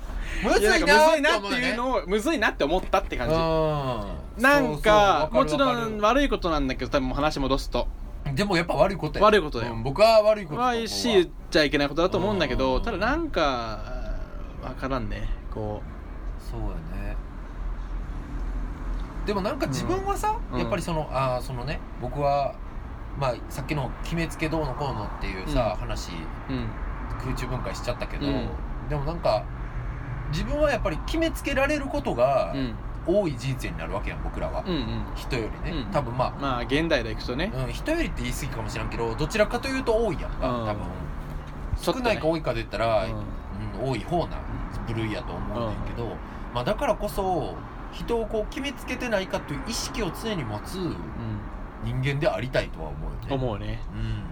S1: む
S2: いや
S1: ずい
S2: なんか
S1: な
S2: むずいなっていうのをむずいなって思ったって感じなんかもちろん悪いことなんだけど多分もう話戻すと
S1: でもやっぱ悪いことや
S2: 悪いことだよ
S1: うん僕は悪いこと
S2: はし言っちゃいけないことだと思うんだけ
S1: う
S2: ど
S1: ん
S2: ただなんかわからんねこ
S1: そうやねでもなんか自分はさ、
S2: うん
S1: やっぱりそのああそのね僕はまあさっきの決めつけどうのこうのっていうさ、
S2: うん
S1: 話
S2: ううん
S1: 空中分解しちゃったけど、
S2: うん
S1: でもなんか自分はやっぱり決めつけられることが
S2: うん
S1: 多い人生になるわけやん僕らは、
S2: うんうん
S1: 人よりね、
S2: うん
S1: 多分ま
S2: まあ現代でいくとね
S1: あ、うん、人よりって言い過ぎかもしれんけどどちらかというと多いやんか、
S2: うん
S1: 多分
S2: ち
S1: 少
S2: ょっとね
S1: ないか多いかで言ったら、
S2: う
S1: うん、多い方な部類やと思うねんけど、まあ、だからこそ人をこう決めつけてないかという意識を常に持つ
S2: ん
S1: 人間でありたいとは思うよね
S2: 思うね
S1: うん、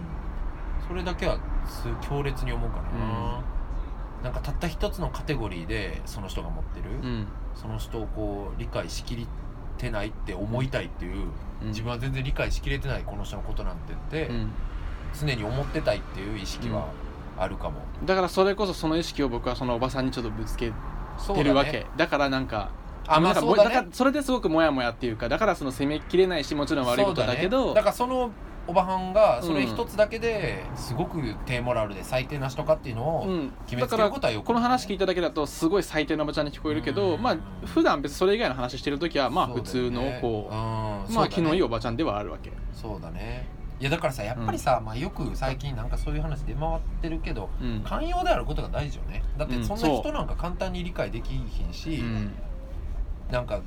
S1: それだけはす強烈に思うかな、なんかたった一つのカテゴリーでその人が持ってる、
S2: うん
S1: その人をこう理解しきれてないって思いたいっていう、
S2: うん
S1: 自分は全然理解しきれてないこの人のことなんてって、
S2: うん
S1: 常に思ってたいっていう意識はあるかも、
S2: だからそれこそその意識を僕はそのおばさんにちょっとぶつけ
S1: そうだね
S2: てるわけだからなんか
S1: あま
S2: な
S1: あ
S2: んか
S1: そ
S2: も
S1: う
S2: だ
S1: だ
S2: から
S1: ね
S2: それですごくモヤモヤっていうかだからその責めきれないしもちろん悪いことだけ
S1: そ
S2: ど
S1: うだねだからそのおばはんがそれ一つだけですごく低モラルで最低な人かっていうの
S2: う
S1: を
S2: ん
S1: 決め
S2: だ
S1: つ
S2: か
S1: ける
S2: ら
S1: ことはよく
S2: この話聞い
S1: た
S2: ただけだとすごい最低なおばちゃんに聞こえるけど
S1: うん
S2: まあ普段別にそれ以外の話してる時はまあ普通のこうまあ気のいいおばちゃんではあるわけ
S1: そうだねいやだからさやっぱりさ、まあ、よく最近なんかそういう話出回ってるけど
S2: うん
S1: 寛容であることが大事よねだって
S2: うん
S1: そんな
S2: そう
S1: 人なんか簡単に理解できひんし、
S2: うん
S1: なんか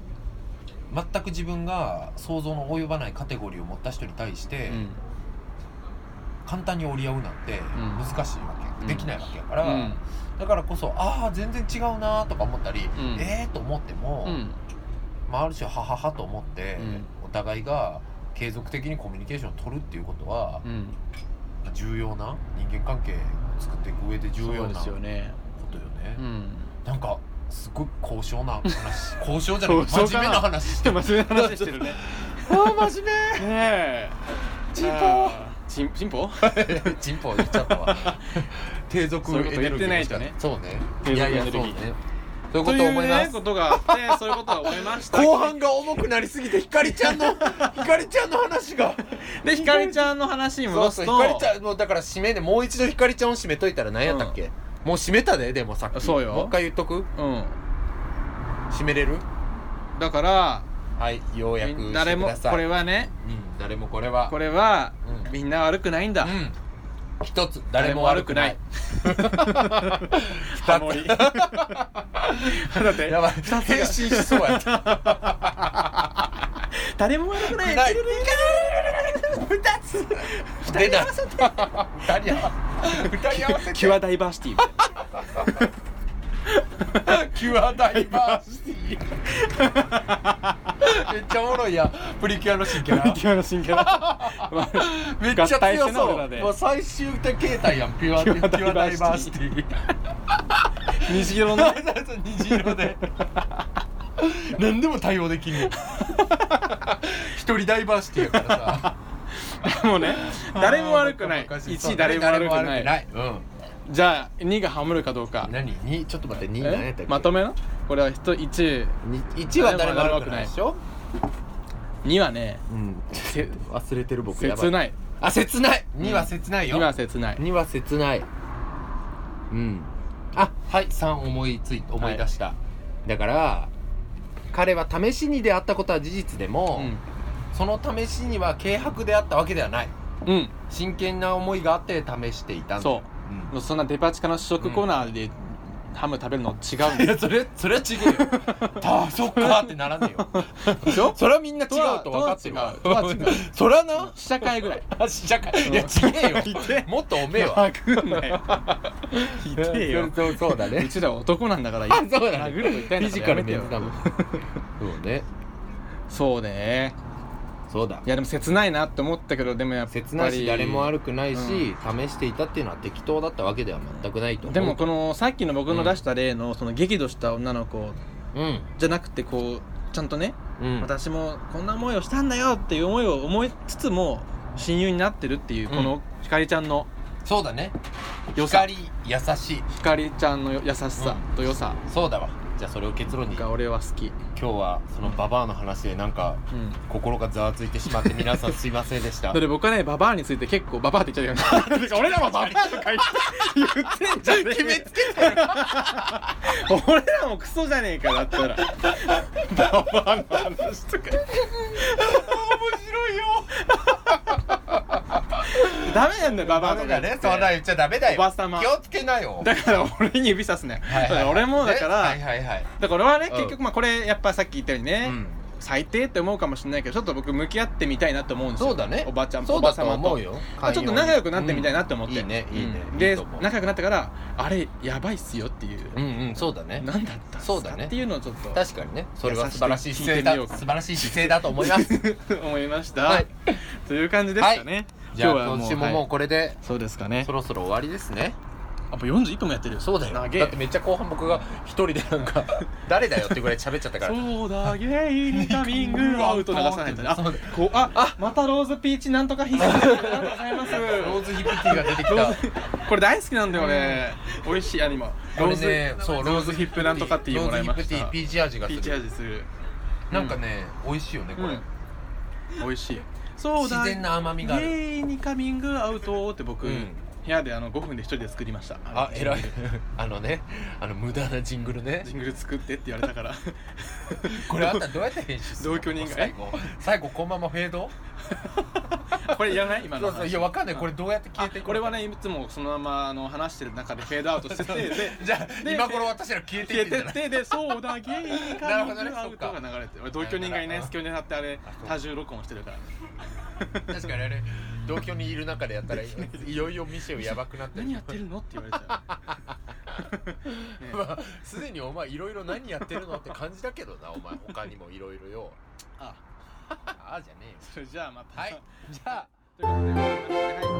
S1: 全く自分が想像の及ばないカテゴリーを持った人に対して、
S2: うん
S1: 簡単に折り合うなんて
S2: ん
S1: 難しいわけ、
S2: うん
S1: できないわけやか
S2: う
S1: ら、
S2: ん
S1: だからこそああ全然違うなーとか思ったり、
S2: ん
S1: ええと思っても、
S2: うん
S1: まあ、ある種はははと思って、
S2: う
S1: お互いが継続的にコミュニケーションを取るっていうことは
S2: う、ん
S1: 重要な人間関係を作っていく上で重
S2: そ
S1: 要
S2: うで
S1: な
S2: す
S1: こと
S2: よ
S1: よね
S2: ねうん
S1: なんかすごい高尚な 話高尚じゃない
S2: 高尚
S1: 真面
S2: かな
S1: 目な話して
S2: で
S1: る
S2: もそういう話してる ね
S1: あ真面
S2: ねえ
S1: チンポ
S2: あーチンチンポ
S1: 目 チンポ言っちゃったわ低俗
S2: そう
S1: エ
S2: いうこと
S1: ネ
S2: 言
S1: ル
S2: っ
S1: ギ
S2: て
S1: ー
S2: な
S1: で
S2: い
S1: し
S2: と
S1: たね
S2: ね
S1: そうね
S2: 低
S1: い
S2: 俗
S1: や
S2: エ
S1: いや
S2: ネ
S1: そ
S2: ル
S1: う
S2: ギー
S1: ねそういうことと
S2: いう
S1: 思いま
S2: ね
S1: す
S2: ことがあってそういうことは思いました
S1: 後半が重くなりすぎてひかりちゃん のひかりちゃんの話が
S2: でひかりちゃんの話に
S1: そ
S2: 戻
S1: うそう
S2: す
S1: ひ
S2: と
S1: かりちゃんもうだから締めでもう一度ひかりちゃんを締めといたら何やったっけ、もう締めたででもさっき
S2: そうよ
S1: もう一回言っとく
S2: うん
S1: 締めれる
S2: だから
S1: はいようやくしてください
S2: 誰もこれはね
S1: うん、誰もこれは
S2: これは
S1: うん
S2: みんな悪くないんだ
S1: うん一つ誰も悪くない
S2: ハモリだって
S1: やばい
S2: 二つ
S1: 変
S2: が
S1: 身しそう やった
S2: 誰も悪くな い
S1: ない
S2: 二つ
S1: 出た二人合わせて二人合わせ て
S2: キュアダイバーシティみたい な
S1: キュアダイバーシティめっちゃおもろいやんプリキュアの新キャ ラ
S2: キュアの新キャラ
S1: めっちゃ
S2: 合体し
S1: 強
S2: てな俺
S1: そ
S2: ら
S1: う
S2: で
S1: もう最終的形態やんピュア
S2: キ
S1: キ
S2: ュア
S1: ュア
S2: ダ
S1: ダ
S2: イ
S1: イ
S2: バ
S1: バ
S2: ー
S1: ー
S2: シ
S1: シ
S2: テ
S1: ティ
S2: 虹色の
S1: そ
S2: ね
S1: うそう虹色で何でも対応できんねん一人ダイバーシティやからさ
S2: もうね 誰も悪くない
S1: あーバカバカし
S2: 1誰も悪く
S1: そう
S2: ない
S1: 誰も悪
S2: じゃあ2がハモるかどう
S1: く
S2: か
S1: ないうん何にちょっと待って2何やったっ
S2: え
S1: け
S2: まとめのこれは12
S1: 1は誰も悪くないでしょ
S2: はね
S1: うん
S2: せ
S1: 忘れてる僕やば
S2: 切
S1: い
S2: ない
S1: あ切ない2は切ないよ
S2: 2は切ない
S1: 2は切ないうんあはい3思いつい思い出した、だから彼は試しにであったことは事実でも、その試しには軽薄であったわけではない
S2: うん
S1: 真剣な思いがあって試していたんだ
S2: そう
S1: うん
S2: そんなデパ地下の試食コーナーでハム食べるの違うん
S1: い
S2: です
S1: やそれそれは違うよ ああそっかってならねえよ
S2: でしょ
S1: それはみんな違うと分かってるわ
S2: とは違うとは違
S1: それはな
S2: 試写会ぐらい
S1: あ試写会いや違えよ
S2: ひでえ
S1: もっとおめえわ
S2: 殴んなよひでえよ
S1: そうそうそうだ
S2: う
S1: ね
S2: ちらは男なんだから
S1: あそうだね
S2: 殴るの 痛いんだから
S1: フィジカルのやつだ
S2: や
S1: も
S2: め
S1: ん
S2: てよ
S1: そうね
S2: そうね
S1: そうだ
S2: いやでも切ないなって思ったけどでもやっぱり
S1: 切ないし誰も悪くないし、試していたっていうのは適当だったわけでは全くないと思う
S2: でもこのさっきの僕の出した例のその激怒した女の子
S1: うん
S2: じゃなくてこうちゃんとね
S1: うん
S2: 私もこんな思いをしたんだよっていう思いを思いつつも親友になってるっていう
S1: うん
S2: このひかりちゃんの
S1: そうだね
S2: 良さ
S1: 光優しい
S2: ひかりちゃんの優しさと良さ
S1: そうだわじゃあそれを結論に今
S2: が俺は好き、
S1: 日はそのババアの話でなんか
S2: うん、
S1: 心がざわついてしまって皆さんすいませんでした
S2: だって僕はねババアについて結構ババアって言っちゃうよね 俺らも ババアとか言って言ってんじゃねえ決めつけてる俺らもクソじゃねえかだったらババアの話とか
S1: 白いよ
S2: ダメなんだよババア
S1: バ
S2: と
S1: バ
S2: か
S1: ア
S2: 言っ
S1: が
S2: て
S1: ねそんなの言っちゃダメだよ
S2: おばさま
S1: 気をつけなよ
S2: だから俺に指さすね、
S1: はいはいはい
S2: 俺もだから、
S1: ねはいはいはい
S2: だから俺はね、
S1: うん
S2: 結局まあこれやっぱさっき言ったようにね、
S1: うん
S2: 最低って思うかもしれないけどちょっと僕向き合ってみたいなと思うんですよ
S1: そうだね
S2: おばちゃん
S1: そ
S2: お
S1: うだ
S2: ば
S1: と
S2: さま
S1: 思
S2: と
S1: うよ
S2: まあちょっと仲良くなってみたいなって思って、
S1: うんいいねいいね
S2: うん
S1: いい
S2: で
S1: と思う
S2: 仲良くなってからあれやばいっすよっていう、
S1: うんうんそうだね
S2: なんだったんすか
S1: そうだね
S2: っていうのをちょっと
S1: 確かにねそれは素晴らしい姿勢
S2: 優
S1: だ
S2: しく聞いてみようか
S1: 素晴らしい姿勢だと思います
S2: 思いました、
S1: はい
S2: という感じですかね、
S1: じゃあ
S2: 今日は
S1: 今週も
S2: はい
S1: もうこれで
S2: そうですかね
S1: そろそろ終わりですね
S2: あもう41分もやってる
S1: そうだよだ
S2: 長
S1: っ
S2: え
S1: てめっちゃ後半僕が一人でなんか 誰だよってぐらい喋っちゃったから
S2: そうだゲイにカミングアウト流さないとねあ
S1: そうだ
S2: こうああまたローズピーチなんとか必須ありがとうござ います
S1: ローズヒップティーが出てき
S2: ロ
S1: た
S2: ーズこれ大好きなんだよね美味しいあの今
S1: これね
S2: ローズ
S1: そう
S2: ローズヒップなんとかっていうもらいました
S1: ローズヒップティーピーチ味がす
S2: ピ
S1: る
S2: ーチ味する
S1: なんかね美味しいよねこ
S2: う
S1: れ、
S2: ん美味しいそうだ
S1: 自然な甘みがある
S2: ゲイにカミングアウトって僕、
S1: うん
S2: 部屋であの5分で一人で作りました
S1: あ偉い
S2: ジング
S1: あのねあの無駄なジングルね
S2: ルジングル作ってって言われたから
S1: これあんたどうやって編集するの
S2: 同居人が
S1: 最後最後このままフェード
S2: これいらない今
S1: そ
S2: の
S1: う
S2: 話
S1: そういやわかんないこれどうやって消
S2: あ
S1: えていくの
S2: これはねいつもそのままあの話してる中でフェードアウト しててで
S1: じゃあ
S2: で
S1: 今頃私ら消えていっ
S2: 消
S1: て
S2: え
S1: ん
S2: て
S1: じゃな
S2: っ
S1: い
S2: てでそうだゲイにカミングアウトが流れて俺同居人がいない隙を狙ってあれ
S1: あそう
S2: 多重録音してるから
S1: 確かにあれ同居にいる中でやったらいよいよミシェルやばくなって
S2: 何やってるのって言われちゃ う、ね
S1: まあすでにお前いろいろ何やってるのって感じだけどなお前他にもいろいろよ
S2: あ
S1: ああじゃねえよ
S2: それじゃあまた
S1: はいじゃあ
S2: ということではい